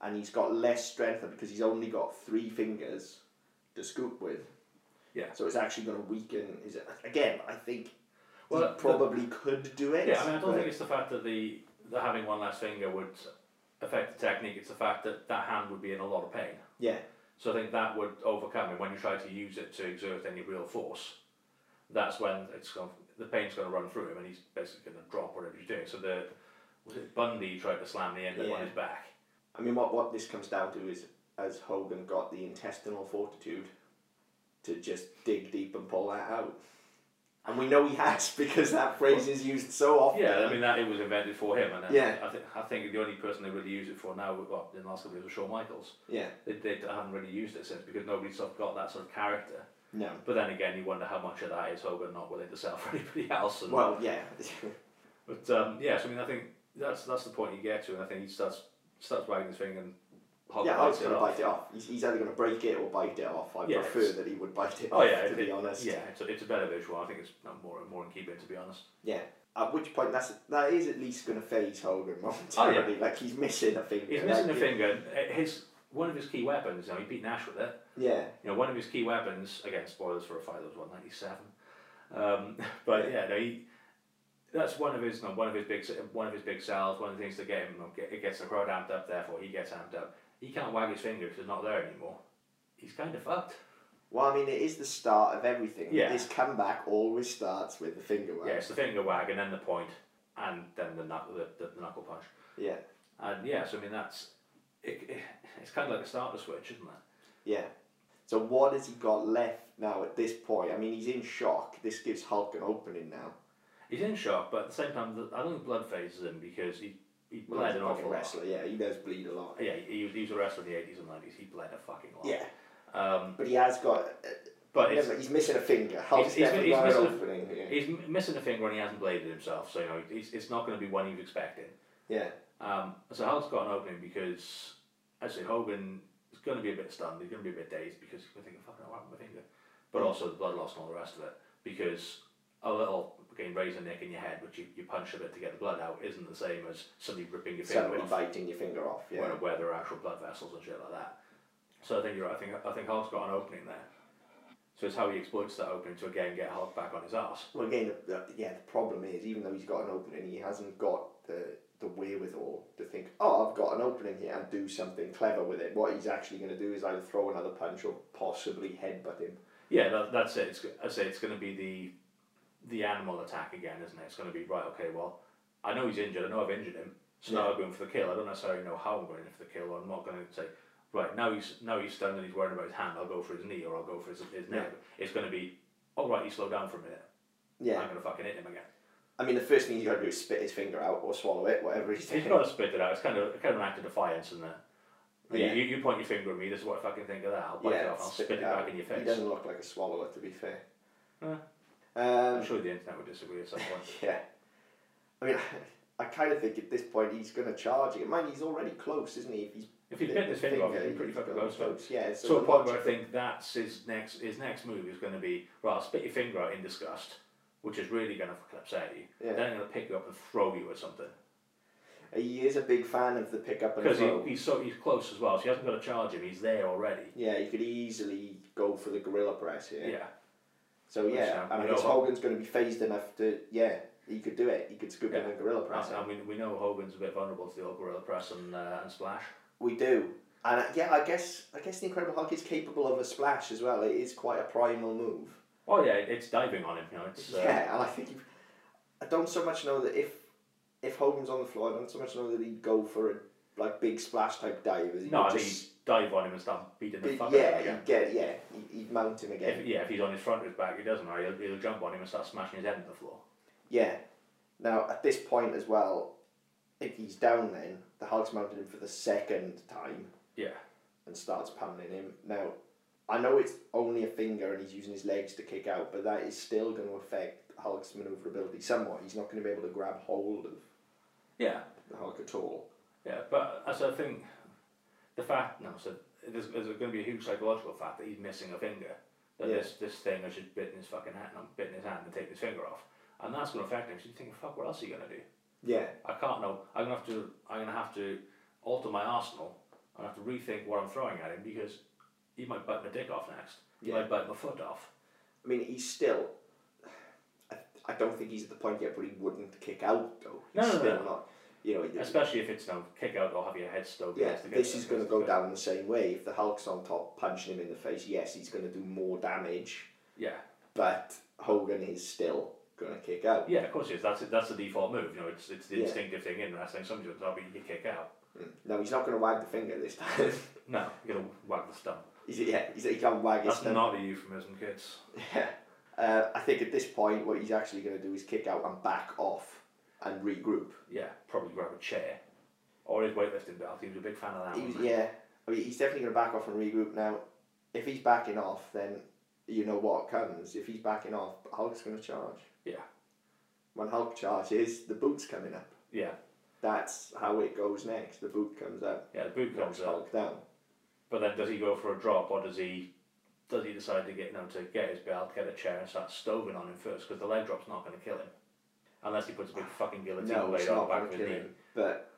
[SPEAKER 1] and he's got less strength because he's only got three fingers to scoop with.
[SPEAKER 2] Yeah.
[SPEAKER 1] So it's actually going to weaken. Is it again? I think.
[SPEAKER 2] Well,
[SPEAKER 1] Well,
[SPEAKER 2] the-
[SPEAKER 1] he probably could do it.
[SPEAKER 2] Yeah, I mean, I don't
[SPEAKER 1] but-
[SPEAKER 2] think it's the fact that the, the having one less finger would affect the technique. It's the fact that that hand would be in a lot of pain.
[SPEAKER 1] Yeah.
[SPEAKER 2] So I think that would overcome it when you try to use it to exert any real force. That's when it's going, the pain's going to run through him, and he's basically going to drop whatever he's doing. So the was it Bundy who tried to slam the end up on
[SPEAKER 1] Yeah.
[SPEAKER 2] his back?
[SPEAKER 1] I mean, what, what this comes down to is has Hogan got the intestinal fortitude to just dig deep and pull that out? And we know he has because that phrase is used so often.
[SPEAKER 2] Yeah, I mean that it was invented for him, and uh,
[SPEAKER 1] Yeah.
[SPEAKER 2] I, think I think the only person they really use it for now, well, in the last couple of years, was Shawn Michaels.
[SPEAKER 1] Yeah,
[SPEAKER 2] They, they haven't really used it since because nobody's sort of got that sort of character.
[SPEAKER 1] no.
[SPEAKER 2] But then again, you wonder how much of that is Hogan not willing to sell for anybody else. And,
[SPEAKER 1] Well, yeah.
[SPEAKER 2] But um, yes, I mean, I think that's that's the point you get to, and I think he starts starts wagging his finger and Hulk
[SPEAKER 1] yeah, I was
[SPEAKER 2] bites it
[SPEAKER 1] going to
[SPEAKER 2] off.
[SPEAKER 1] bite it off. He's, he's either going to break it or bite it off. I
[SPEAKER 2] Yeah,
[SPEAKER 1] prefer
[SPEAKER 2] it's-
[SPEAKER 1] that he would bite it
[SPEAKER 2] Oh
[SPEAKER 1] off,
[SPEAKER 2] yeah,
[SPEAKER 1] to
[SPEAKER 2] it-
[SPEAKER 1] be honest.
[SPEAKER 2] Yeah, it's a, it's a better visual. I think it's uh, more more in keeping, to be honest.
[SPEAKER 1] Yeah. At which point, that's that is at least going to phase Hogan momentarily. Like he's missing a finger.
[SPEAKER 2] Oh, He's missing a
[SPEAKER 1] like,
[SPEAKER 2] finger. Uh, His one of his key weapons. You know, he beat Nash with it.
[SPEAKER 1] Yeah.
[SPEAKER 2] You know, one of his key weapons. Again, spoilers for a fight that was what ninety seven. Um, but yeah, no, he. That's one of his no, one of his big one of his big sells. One of the things that get him get, it gets the crowd amped up. Therefore, he gets amped up. He can't wag his finger because it's not there anymore. He's kind of fucked.
[SPEAKER 1] Well, I mean, it is the start of everything.
[SPEAKER 2] Yeah.
[SPEAKER 1] This comeback always starts with the finger wag.
[SPEAKER 2] Yeah, it's the finger wag and then the point and then the knuckle the, the, the knuckle punch.
[SPEAKER 1] Yeah.
[SPEAKER 2] And yes, I mean that's it, it, it's kind of like a starter switch, isn't it?
[SPEAKER 1] Yeah. So what has he got left now at this point? I mean, he's in shock. This gives Hulk an opening now.
[SPEAKER 2] He's in shock, but at the same time, the- I don't think blood phases him because he he
[SPEAKER 1] Well,
[SPEAKER 2] bled
[SPEAKER 1] he's
[SPEAKER 2] an
[SPEAKER 1] a fucking
[SPEAKER 2] awful lot.
[SPEAKER 1] wrestler. Yeah, he does bleed a lot.
[SPEAKER 2] Yeah, he, he was he was a wrestler in the eighties and nineties. He bled a fucking lot.
[SPEAKER 1] Yeah.
[SPEAKER 2] Um,
[SPEAKER 1] But he has got. Uh,
[SPEAKER 2] but it's,
[SPEAKER 1] never- he's missing a finger. Hulk's
[SPEAKER 2] He's- he's-
[SPEAKER 1] definitely
[SPEAKER 2] he's
[SPEAKER 1] got an
[SPEAKER 2] missing a-
[SPEAKER 1] opening. Yeah.
[SPEAKER 2] he's m- missing a finger and he hasn't bladed himself, so you know it's, it's not going to be one he was expecting.
[SPEAKER 1] yeah.
[SPEAKER 2] Um, so Hulk's got an opening because, as I say, Hogan is going to be a bit stunned. He's going to be a bit dazed because he's going to think, "Fucking, what happened to my finger?" But also the blood loss and all the rest of it because a little again razor nick in your head, which you, you punch a bit to get the blood out, isn't the same as suddenly ripping your
[SPEAKER 1] Suddenly
[SPEAKER 2] finger off,
[SPEAKER 1] biting your finger off. Yeah.
[SPEAKER 2] where, where there are actual blood vessels and shit like that. So I think you're right. I think I think Hulk's got an opening there. So it's how he exploits that opening to again get Hulk back on his ass.
[SPEAKER 1] Well, again, the, the, yeah, the problem is, even though he's got an opening, he hasn't got the, the wherewithal to think, oh, I've got an opening here and do something clever with it. What he's actually going to do is either throw another punch or possibly headbutt him.
[SPEAKER 2] Yeah, that, that's it. It's, g- I say it's going to be the the animal attack again, isn't it? It's going to be right. Okay, well, I know he's injured. I know I've injured him, so now I'm going for the kill. I don't necessarily know how I'm going for the kill, or I'm not going to say right now he's now he's stunned and he's worried about his hand. I'll go for his knee, or I'll go for his, his neck. It's going to be all right. You slow down for a minute.
[SPEAKER 1] Yeah.
[SPEAKER 2] I'm going to fucking hit him again.
[SPEAKER 1] I mean, the first thing he's got to do is spit his finger out or swallow it, whatever he's
[SPEAKER 2] He's
[SPEAKER 1] doing.
[SPEAKER 2] got to spit it out. It's kind of kind of an act of defiance, isn't it? You-
[SPEAKER 1] Yeah.
[SPEAKER 2] You, you point your finger at me. This is what I fucking think of that. I'll bite it
[SPEAKER 1] Yeah,
[SPEAKER 2] off. I'll spit it back in your
[SPEAKER 1] He
[SPEAKER 2] face.
[SPEAKER 1] doesn't look like a swallower, to be fair.
[SPEAKER 2] Huh.
[SPEAKER 1] Um,
[SPEAKER 2] I'm sure the internet would disagree at some point.
[SPEAKER 1] yeah. I mean, I kind of think at this point he's going to charge again. Mind, you, he's already close, isn't he? If he's
[SPEAKER 2] If he's bit his finger off, he's pretty
[SPEAKER 1] he's
[SPEAKER 2] fucking
[SPEAKER 1] got
[SPEAKER 2] close. to it.
[SPEAKER 1] Yeah.
[SPEAKER 2] So,
[SPEAKER 1] the
[SPEAKER 2] a point where I
[SPEAKER 1] logic-
[SPEAKER 2] think that's his next his next move is going to be well, I'll spit your finger out in disgust, which is really going to fucking upset you.
[SPEAKER 1] Yeah.
[SPEAKER 2] Then I'm going to pick you up and throw you or something
[SPEAKER 1] He is a big fan of the pickup and
[SPEAKER 2] because
[SPEAKER 1] throw.
[SPEAKER 2] he, he's so he's close as well, so he hasn't got to charge him. He's there already.
[SPEAKER 1] yeah, he could easily go for the gorilla press here.
[SPEAKER 2] Yeah.
[SPEAKER 1] So yeah,
[SPEAKER 2] Which, um,
[SPEAKER 1] I
[SPEAKER 2] we
[SPEAKER 1] mean,
[SPEAKER 2] know
[SPEAKER 1] if
[SPEAKER 2] Hul-
[SPEAKER 1] Hogan's going to be phased enough to yeah, he could do it. He could scoop in
[SPEAKER 2] Yeah.
[SPEAKER 1] a gorilla press.
[SPEAKER 2] And, and we, we know Hogan's a bit vulnerable to the old gorilla press and, uh, and splash.
[SPEAKER 1] We do, and uh, yeah, I guess I guess the Incredible Hulk is capable of a splash as well. It is quite a primal move.
[SPEAKER 2] Oh yeah, it's diving on him. You know, it's uh,
[SPEAKER 1] Yeah, and I think he- I don't so much know that if if Hogan's on the floor, I don't so much know that he'd go for a like big splash type dive. As he
[SPEAKER 2] no, I
[SPEAKER 1] would
[SPEAKER 2] think
[SPEAKER 1] just,
[SPEAKER 2] he'd dive on him and start beating the
[SPEAKER 1] be-
[SPEAKER 2] fuck out of
[SPEAKER 1] yeah,
[SPEAKER 2] him again.
[SPEAKER 1] he'd get yeah, he'd- he'd mount him again.
[SPEAKER 2] If, yeah, if he's on his front or his back, he doesn't. Or he'll, he'll jump on him and start smashing his head into the floor.
[SPEAKER 1] Yeah. Now at this point as well, if he's down, then the Hulk's mounted him for the second time
[SPEAKER 2] Yeah.
[SPEAKER 1] and starts pounding him. Now, I know it's only a finger and he's using his legs to kick out, but that is still going to affect Hulk's maneuverability somewhat. He's not going to be able to grab hold of
[SPEAKER 2] Yeah.
[SPEAKER 1] the Hulk at all.
[SPEAKER 2] Yeah, but as I think, the fact no, so there's, there's going to be a huge psychological fact that he's missing a finger. That
[SPEAKER 1] Yeah.
[SPEAKER 2] this this thing has just bitten his fucking hand, and bitten his hand and taken his finger off, and that's going to affect him. So you think, fuck, what else are you going to do?
[SPEAKER 1] Yeah.
[SPEAKER 2] I can't know. I'm gonna have to. I'm gonna have to alter my arsenal. I have to rethink what I'm throwing at him because he might bite my dick off next. He
[SPEAKER 1] Yeah.
[SPEAKER 2] might bite my foot off.
[SPEAKER 1] I mean, he's still. I, I don't think he's at the point yet, but he wouldn't kick out though.
[SPEAKER 2] No,
[SPEAKER 1] He's
[SPEAKER 2] no,
[SPEAKER 1] still
[SPEAKER 2] no.
[SPEAKER 1] not. You know, he-
[SPEAKER 2] Especially if it's no kick out or have your head stove.
[SPEAKER 1] Yeah,
[SPEAKER 2] against the
[SPEAKER 1] this
[SPEAKER 2] kitchen,
[SPEAKER 1] is going to
[SPEAKER 2] against
[SPEAKER 1] go
[SPEAKER 2] the-
[SPEAKER 1] down the same way. If the Hulk's on top, punching him in the face, yes, he's going to do more damage,
[SPEAKER 2] Yeah.
[SPEAKER 1] but Hogan is still going to kick out.
[SPEAKER 2] Yeah, of course it is. That's that's the default move. You know, it's it's the
[SPEAKER 1] Yeah.
[SPEAKER 2] instinctive thing in wrestling. Sometimes that'll be you kick out.
[SPEAKER 1] Mm. No, he's not going to wag the finger this time.
[SPEAKER 2] No, you're gonna wag the stump.
[SPEAKER 1] he's, yeah, he's, he can't wag his
[SPEAKER 2] That's
[SPEAKER 1] thumb.
[SPEAKER 2] not a euphemism, kids.
[SPEAKER 1] Yeah. Uh, I think at this point, what he's actually going to do is kick out and back off and regroup.
[SPEAKER 2] Yeah, probably grab a chair or his weightlifting belt. He was a big fan of that.
[SPEAKER 1] He was,
[SPEAKER 2] wasn't he?
[SPEAKER 1] yeah, I mean, he's definitely going to back off and regroup now. If he's backing off, then you know what comes. If he's backing off, Hulk's going to charge.
[SPEAKER 2] Yeah.
[SPEAKER 1] When Hulk charges, the boot's coming up.
[SPEAKER 2] yeah,
[SPEAKER 1] That's how it goes next. The boot comes up,
[SPEAKER 2] yeah. The boot
[SPEAKER 1] knocks
[SPEAKER 2] comes out.
[SPEAKER 1] Hulk down.
[SPEAKER 2] But then does he go for a drop or does he does he decide to get you know, to get his belt, get a chair and start stoving on him first because the leg drop's not going to kill him unless he puts a big fucking guillotine
[SPEAKER 1] No, it's
[SPEAKER 2] blade on the
[SPEAKER 1] not
[SPEAKER 2] back
[SPEAKER 1] going
[SPEAKER 2] of
[SPEAKER 1] to
[SPEAKER 2] his
[SPEAKER 1] kill
[SPEAKER 2] knee.
[SPEAKER 1] him. But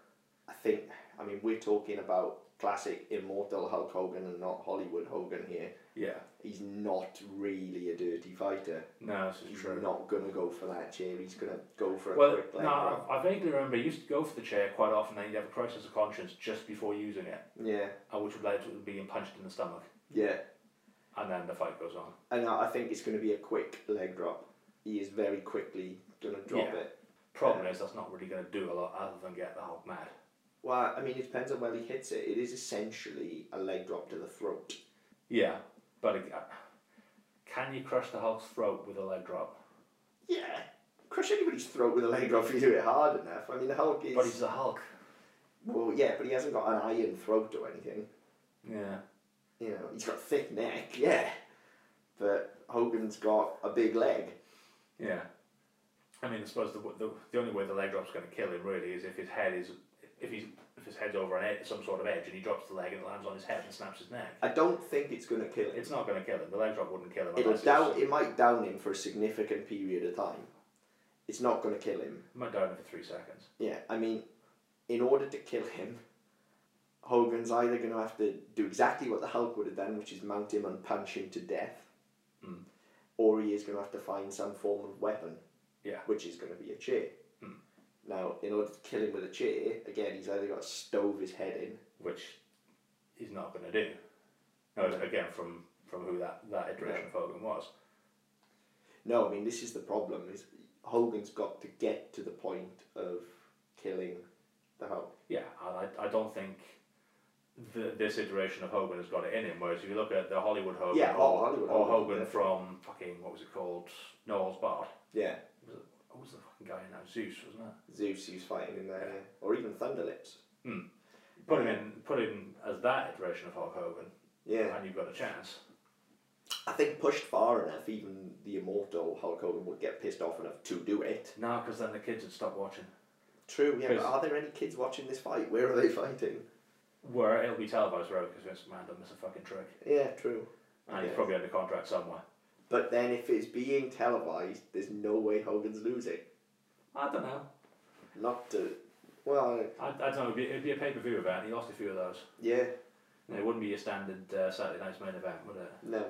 [SPEAKER 1] I think, I mean, we're talking about classic immortal Hulk Hogan and not Hollywood Hogan here.
[SPEAKER 2] Yeah,
[SPEAKER 1] He's not really a dirty fighter.
[SPEAKER 2] no, this
[SPEAKER 1] He's
[SPEAKER 2] is true.
[SPEAKER 1] not gonna go for that chair. He's gonna go for a
[SPEAKER 2] Well,
[SPEAKER 1] quick leg
[SPEAKER 2] no,
[SPEAKER 1] drop.
[SPEAKER 2] I, I vaguely remember he used to go for the chair quite often, then he'd have a crisis of conscience just before using it,
[SPEAKER 1] Yeah,
[SPEAKER 2] and which would lead to him being punched in the stomach,
[SPEAKER 1] yeah.
[SPEAKER 2] and then the fight goes on.
[SPEAKER 1] And I I think it's gonna be a quick leg drop. He is very quickly gonna drop
[SPEAKER 2] Yeah.
[SPEAKER 1] it.
[SPEAKER 2] Problem is, that's not really going to do a lot other than get the Hulk mad.
[SPEAKER 1] Well, I mean, it depends on where he hits it. It is essentially a leg drop to the throat.
[SPEAKER 2] Yeah, but ag- can you crush the Hulk's throat with a leg drop?
[SPEAKER 1] Yeah, crush anybody's throat with a leg drop if you do it hard enough. I mean, the Hulk is.
[SPEAKER 2] But he's the Hulk.
[SPEAKER 1] Well, yeah, but he hasn't got an iron throat or anything.
[SPEAKER 2] Yeah.
[SPEAKER 1] You know, he's got thick neck, yeah. But Hogan's got a big leg.
[SPEAKER 2] Yeah. I mean, I suppose the, the, the only way the leg drop's going to kill him really is if his head is if he's if his head's over an ed- some sort of edge and he drops the leg and it lands on his head and snaps his neck.
[SPEAKER 1] I don't think it's going to kill him.
[SPEAKER 2] It's not going to kill him. The leg drop wouldn't kill him.
[SPEAKER 1] It'll
[SPEAKER 2] unless
[SPEAKER 1] down.
[SPEAKER 2] it's-
[SPEAKER 1] It might down him for a significant period of time. It's not going to kill him.
[SPEAKER 2] It might down him for three seconds.
[SPEAKER 1] Yeah, I mean, in order to kill him, Hogan's either going to have to do exactly what the Hulk would have done, which is mount him and punch him to death,
[SPEAKER 2] Mm.
[SPEAKER 1] or he is going to have to find some form of weapon,
[SPEAKER 2] Yeah.
[SPEAKER 1] which is going to be a chair.
[SPEAKER 2] Mm.
[SPEAKER 1] Now, in order to kill him with a chair, again, he's either got to stove his head in.
[SPEAKER 2] Which he's not going to do. No, it's- again from from who that that iteration of Hogan was.
[SPEAKER 1] No, I mean this is the problem. Is Hogan's got to get to the point of killing the Hulk.
[SPEAKER 2] Yeah, and I, I don't think the, this iteration of Hogan has got it in him. Whereas if you look at the Hollywood Hogan
[SPEAKER 1] Yeah, oh,
[SPEAKER 2] or,
[SPEAKER 1] Hollywood
[SPEAKER 2] or
[SPEAKER 1] Hogan,
[SPEAKER 2] Hogan
[SPEAKER 1] yeah.
[SPEAKER 2] from fucking what was it called? Noel's Bar.
[SPEAKER 1] Yeah.
[SPEAKER 2] was it, what was the fucking guy in that? Zeus, wasn't it?
[SPEAKER 1] Zeus he was fighting in there, yeah. or even Thunderlips.
[SPEAKER 2] Put him in, put him as that iteration of Hulk Hogan,
[SPEAKER 1] Yeah,
[SPEAKER 2] and you've got a chance.
[SPEAKER 1] I think pushed far enough, even the immortal Hulk Hogan would get pissed off enough to do it.
[SPEAKER 2] No, because then the kids would stop watching.
[SPEAKER 1] True. Yeah, but
[SPEAKER 2] Yes.
[SPEAKER 1] are there any kids watching this fight? Where are they fighting?
[SPEAKER 2] Where it'll be televised, right? Because Vince McMahon doesn't miss a fucking trick,
[SPEAKER 1] Yeah, true.
[SPEAKER 2] and he's
[SPEAKER 1] Yeah.
[SPEAKER 2] probably under contract somewhere.
[SPEAKER 1] But then if it's being televised, there's no way Hogan's losing.
[SPEAKER 2] I don't know.
[SPEAKER 1] Not to, well,
[SPEAKER 2] I, I don't know. It'd be, it'd be a pay per view event. He lost a few of those.
[SPEAKER 1] yeah,
[SPEAKER 2] And It wouldn't be your standard uh, Saturday night's main event, would it?
[SPEAKER 1] no.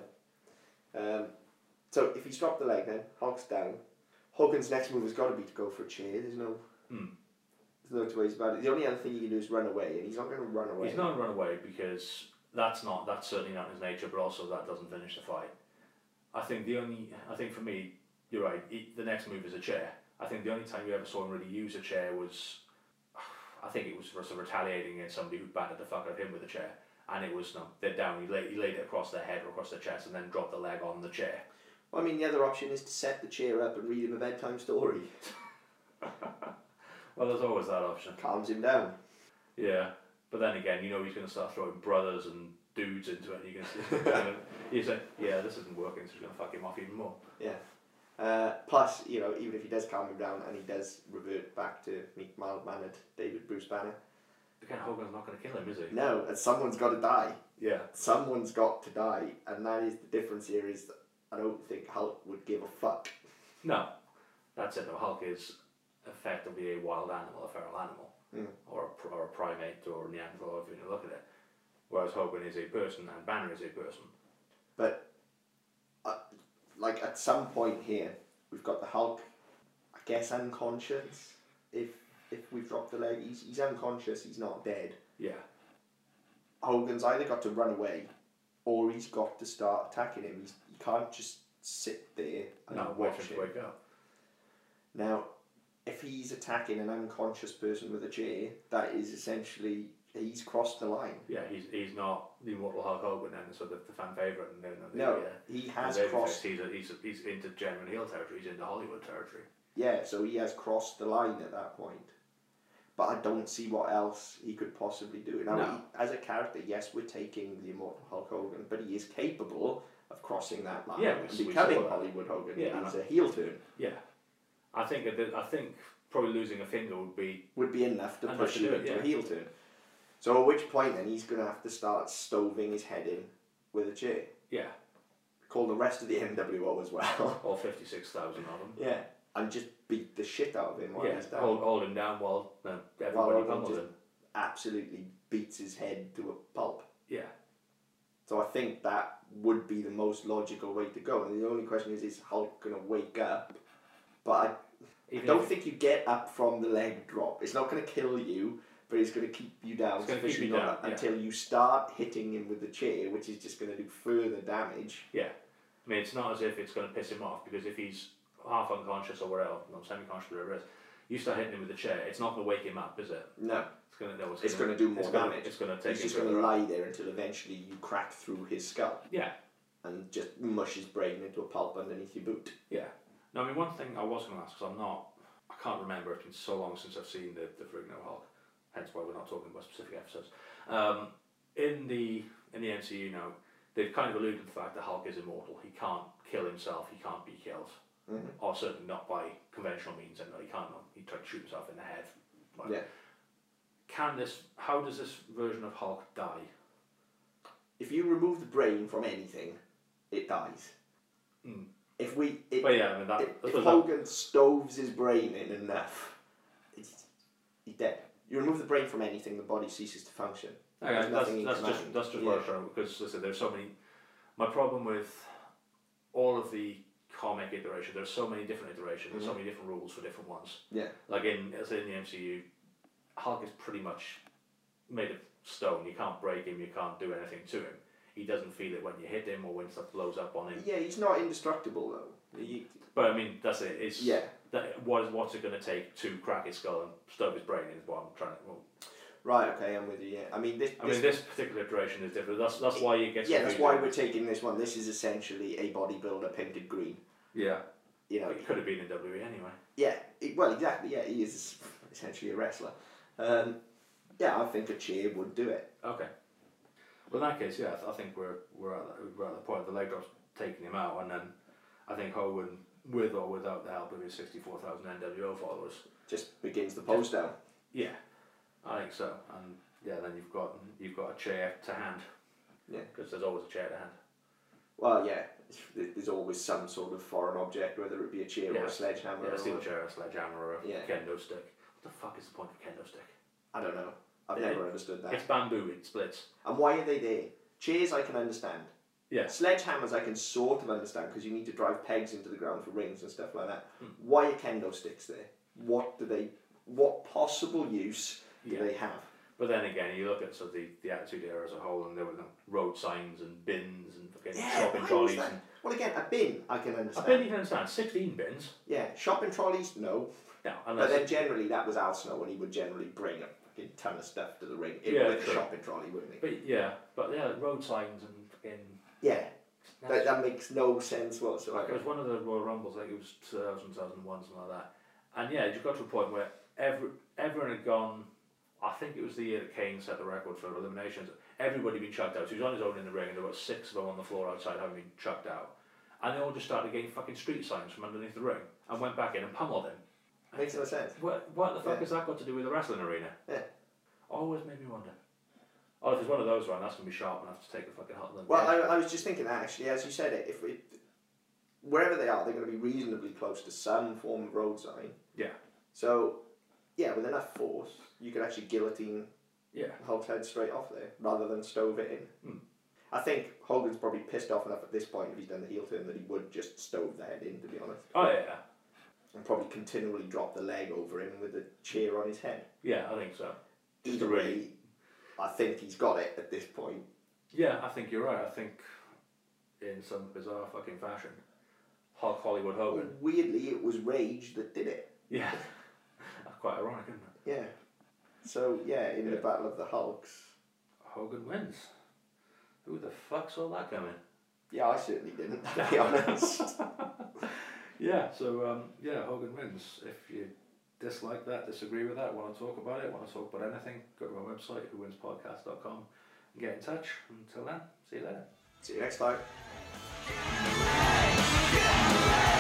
[SPEAKER 1] Um, so if he's dropped the leg, then Hulk's down. Hogan's next move has got to be to go for a chair. There's no.
[SPEAKER 2] Hmm.
[SPEAKER 1] There's no two ways about it. The only other thing you can do is run away, and he's not going to run away.
[SPEAKER 2] He's not gonna run away because that's not that's certainly not his nature, but also that doesn't finish the fight. I think the only I think for me, you're right. He, the next move is a chair. I think the only time you ever saw him really use a chair was, I think it was for sort of retaliating against somebody who battered the fuck out of him with a chair, and it was no, they're down. He laid he laid it across their head or across their chest, and then dropped the leg on the chair.
[SPEAKER 1] Well, I mean, the other option is to set the chair up and read him a bedtime story.
[SPEAKER 2] Well, there's always that option.
[SPEAKER 1] Calms him down.
[SPEAKER 2] Yeah, but then again, you know he's going to start throwing brothers and dudes into it, and you're going to you say, yeah, this isn't working, so it's going to fuck him off even more.
[SPEAKER 1] Yeah. Uh, plus, you know, even if he does calm him down and he does revert back to meek, mild mannered David Bruce Banner,
[SPEAKER 2] Again, Hogan's not going to kill him, is he?
[SPEAKER 1] no, and someone's got to die.
[SPEAKER 2] Yeah.
[SPEAKER 1] Someone's got to die, and that is the difference here. Is that I don't think Hulk would give a fuck.
[SPEAKER 2] No, that's it. The Hulk is effectively a wild animal, a feral animal,
[SPEAKER 1] Mm.
[SPEAKER 2] or, a, pr- or a primate, or a Neanderthal, if you look at it. Whereas Hogan is a person, and Banner is a person.
[SPEAKER 1] But uh, like at some point here, we've got the Hulk. I guess unconscious. If if we've dropped the leg, he's, he's unconscious. He's not dead.
[SPEAKER 2] Yeah.
[SPEAKER 1] Hogan's either got to run away or he's got to start attacking him. He's, he can't just sit there and
[SPEAKER 2] No, wait
[SPEAKER 1] watch
[SPEAKER 2] for him
[SPEAKER 1] him.
[SPEAKER 2] to wake up.
[SPEAKER 1] Now, if he's attacking an unconscious person with a chair, that is essentially he's crossed the line.
[SPEAKER 2] Yeah, he's he's not the immortal Hulk Hogan then, so the, the fan favourite and then the,
[SPEAKER 1] No,
[SPEAKER 2] yeah.
[SPEAKER 1] he has
[SPEAKER 2] The babyface,
[SPEAKER 1] crossed.
[SPEAKER 2] He's, a, he's, a, he's into genuine heel territory. He's into Hollywood territory.
[SPEAKER 1] Yeah, so he has crossed the line at that point. But I don't see what else he could possibly do. Now,
[SPEAKER 2] No.
[SPEAKER 1] he- as a character, yes, we're taking the immortal Hulk Hogan, but he is capable of crossing that line
[SPEAKER 2] Yeah,
[SPEAKER 1] and
[SPEAKER 2] we- we
[SPEAKER 1] becoming
[SPEAKER 2] saw that.
[SPEAKER 1] Hollywood Hogan.
[SPEAKER 2] Yeah,
[SPEAKER 1] it's
[SPEAKER 2] and
[SPEAKER 1] a heel turn.
[SPEAKER 2] Yeah, I think that the- I think probably losing a finger would be
[SPEAKER 1] Would be enough to
[SPEAKER 2] Enough
[SPEAKER 1] push
[SPEAKER 2] to
[SPEAKER 1] him
[SPEAKER 2] do it,
[SPEAKER 1] into
[SPEAKER 2] yeah.
[SPEAKER 1] a heel turn. So at which point then he's going to have to start stoving his head in with a chair.
[SPEAKER 2] yeah,
[SPEAKER 1] Call the rest of the NWO as well.
[SPEAKER 2] or fifty six thousand of them.
[SPEAKER 1] yeah, and just beat the shit out of him while
[SPEAKER 2] Yeah,
[SPEAKER 1] he's down.
[SPEAKER 2] hold, hold him down while uh,
[SPEAKER 1] While
[SPEAKER 2] everybody
[SPEAKER 1] Hogan
[SPEAKER 2] pummels
[SPEAKER 1] just
[SPEAKER 2] him.
[SPEAKER 1] absolutely beats his head to a pulp.
[SPEAKER 2] Yeah,
[SPEAKER 1] So I think that would be the most logical way to go. And the only question is, is Hulk going to wake up? But I
[SPEAKER 2] Even
[SPEAKER 1] don't
[SPEAKER 2] if-
[SPEAKER 1] think you get up from the leg drop. It's not going to kill you, but it's going to keep you down,
[SPEAKER 2] It's gonna keep
[SPEAKER 1] especially
[SPEAKER 2] you
[SPEAKER 1] not
[SPEAKER 2] down, yeah.
[SPEAKER 1] until you start hitting him with the chair, which is just going to do further damage.
[SPEAKER 2] yeah. I mean, it's not as if it's going to piss him off because if he's half unconscious or whatever, not semi-conscious, whatever it is, you start hitting him with a chair. It's not going to wake him up, is it?
[SPEAKER 1] No,
[SPEAKER 2] It's going to. No,
[SPEAKER 1] it's going to do more
[SPEAKER 2] it's gonna-
[SPEAKER 1] damage.
[SPEAKER 2] it's going to take.
[SPEAKER 1] He's
[SPEAKER 2] him
[SPEAKER 1] just going to
[SPEAKER 2] further up.
[SPEAKER 1] lie there until eventually you crack through his skull
[SPEAKER 2] Yeah,
[SPEAKER 1] and just mush his brain into a pulp underneath your boot.
[SPEAKER 2] yeah. No, I mean one thing I was going to ask because I'm not. I can't remember. It's been so long since I've seen the the Frigno Hulk. Hence why we're not talking about specific episodes. Um, in the in the MCU now, they've kind of alluded to the fact that Hulk is immortal. He can't kill himself. He can't be killed,
[SPEAKER 1] Mm-hmm.
[SPEAKER 2] or certainly not by conventional means. And no, he can't. He tried to shoot himself in the head. Like,
[SPEAKER 1] Yeah.
[SPEAKER 2] Can this? How does this version of Hulk die?
[SPEAKER 1] If you remove the brain from anything, it dies.
[SPEAKER 2] Mm.
[SPEAKER 1] If we, it,
[SPEAKER 2] But yeah, I mean that.
[SPEAKER 1] if,
[SPEAKER 2] I
[SPEAKER 1] if
[SPEAKER 2] suppose that-
[SPEAKER 1] Hogan stoves his brain in enough, it's, he's dead. You remove the brain from anything, the body ceases to function.
[SPEAKER 2] Okay,
[SPEAKER 1] There's
[SPEAKER 2] that's,
[SPEAKER 1] nothing in
[SPEAKER 2] that's just
[SPEAKER 1] command.
[SPEAKER 2] that's just
[SPEAKER 1] Yeah.
[SPEAKER 2] what I was trying because listen, there's so many. My problem with all of the comic iterations, there's so many different iterations, there's so
[SPEAKER 1] Mm-hmm.
[SPEAKER 2] many different rules for different ones.
[SPEAKER 1] Yeah,
[SPEAKER 2] Like in as in the MCU, Hulk is pretty much made of stone. You can't break him. You can't do anything to him. He doesn't feel it when you hit him or when stuff blows up on him.
[SPEAKER 1] yeah, he's not indestructible though. He,
[SPEAKER 2] But I mean, that's it. It's
[SPEAKER 1] Yeah.
[SPEAKER 2] That, what is what's it going to take to crack his skull and stove his brain in is what I'm trying to. Well,
[SPEAKER 1] right, okay, I'm with you. Yeah, I mean this.
[SPEAKER 2] I
[SPEAKER 1] this
[SPEAKER 2] mean, this particular iteration is different. That's that's why you get.
[SPEAKER 1] yeah, that's
[SPEAKER 2] confused.
[SPEAKER 1] why we're taking this one. This is essentially a bodybuilder painted green.
[SPEAKER 2] Yeah.
[SPEAKER 1] You know,
[SPEAKER 2] It could have been in WWE anyway.
[SPEAKER 1] Yeah, it, well, exactly. Yeah, he is essentially a wrestler. Um, yeah, I think a chair would do it.
[SPEAKER 2] Okay. Well, in that case, yeah, I, th- I think we're we're at, the, we're at the point of the leg drops taking him out, and then I think Hogan, with or without the help of his sixty four thousand NWO followers,
[SPEAKER 1] Just begins the pose down.
[SPEAKER 2] yeah, I think so, and yeah, then you've got you've got a chair to hand.
[SPEAKER 1] Yeah.
[SPEAKER 2] Because there's always a chair to hand.
[SPEAKER 1] Well, yeah, th- there's always some sort of foreign object, whether it be a chair or
[SPEAKER 2] Yeah.
[SPEAKER 1] a sledgehammer.
[SPEAKER 2] Yeah, a
[SPEAKER 1] or
[SPEAKER 2] steel chair, a sledgehammer, or a
[SPEAKER 1] Yeah.
[SPEAKER 2] kendo stick. What the fuck is the point of a kendo stick?
[SPEAKER 1] I don't know. I've
[SPEAKER 2] Yeah.
[SPEAKER 1] never understood that.
[SPEAKER 2] It's bamboo. It splits.
[SPEAKER 1] And why are they there? Chairs, I can understand.
[SPEAKER 2] Yeah.
[SPEAKER 1] Sledgehammers, I can sort of understand because you need to drive pegs into the ground for rings and stuff like that.
[SPEAKER 2] Hmm.
[SPEAKER 1] Why are kendo sticks there? What do they? What possible use do
[SPEAKER 2] Yeah.
[SPEAKER 1] they have?
[SPEAKER 2] But then again, you look at sort of the, the attitude era as a whole, and there were like, road signs and bins and fucking shopping
[SPEAKER 1] why was
[SPEAKER 2] trolleys.
[SPEAKER 1] that?
[SPEAKER 2] And,
[SPEAKER 1] Well, again, a bin I can understand.
[SPEAKER 2] I bet you can understand sixteen bins.
[SPEAKER 1] Yeah, shopping trolleys, no.
[SPEAKER 2] Yeah,
[SPEAKER 1] But
[SPEAKER 2] unless
[SPEAKER 1] then generally that was Al Snow, and he would generally bring a fucking ton of stuff to the ring in
[SPEAKER 2] Yeah,
[SPEAKER 1] with a
[SPEAKER 2] true.
[SPEAKER 1] shopping trolley, wouldn't he?
[SPEAKER 2] but yeah, but yeah, road signs and fucking.
[SPEAKER 1] Yeah, that, that makes no sense
[SPEAKER 2] It
[SPEAKER 1] whatsoever.
[SPEAKER 2] was one of the Royal Rumbles, I think it was 2000, 2001, something like that. And yeah, you got to a point where every, everyone had gone. I think it was the year that Kane set the record for eliminations. Everybody had been chucked out. So he was on his own in the ring, and there were six of them on the floor outside having been chucked out. And they all just started getting fucking street signs from underneath the ring and went back in and pummeled him.
[SPEAKER 1] Makes no sense.
[SPEAKER 2] What, what the fuck
[SPEAKER 1] Yeah.
[SPEAKER 2] has that got to do with the wrestling arena?
[SPEAKER 1] Yeah.
[SPEAKER 2] Always made me wonder. Oh, if it's one of those one, that's gonna be sharp enough to take the fucking hot.
[SPEAKER 1] Well, I, I was just thinking that actually, as you said it, if it, wherever they are, they're going to be reasonably close to some form of road sign.
[SPEAKER 2] yeah,
[SPEAKER 1] So, yeah, with enough force, you could actually guillotine
[SPEAKER 2] yeah,
[SPEAKER 1] Hulk's head straight off there rather than stove it in.
[SPEAKER 2] Hmm.
[SPEAKER 1] I think Hogan's probably pissed off enough at this point if he's done the heel turn that he would just stove the head in, to be honest.
[SPEAKER 2] oh yeah, yeah,
[SPEAKER 1] and probably continually drop the leg over him with a chair on his head.
[SPEAKER 2] yeah. I think so. Just a
[SPEAKER 1] Either
[SPEAKER 2] really-
[SPEAKER 1] way, I think he's got it at this point.
[SPEAKER 2] Yeah, I think you're right. I think in some bizarre fucking fashion, Hulk Hollywood Hogan.
[SPEAKER 1] Weirdly, it was Rage that did it.
[SPEAKER 2] Yeah. That's quite ironic, isn't it?
[SPEAKER 1] Yeah. So yeah, in the Battle of the Hulks.
[SPEAKER 2] Hogan wins. Who the fuck saw that coming?
[SPEAKER 1] Yeah, I certainly didn't. To be honest.
[SPEAKER 2] Yeah, so um, yeah, Hogan wins. If you dislike that, disagree with that, want to talk about it, want to talk about anything, go to my website, whowinspodcast.com, and get in touch. Until then, see you later.
[SPEAKER 1] See you next time.
[SPEAKER 3] Get away!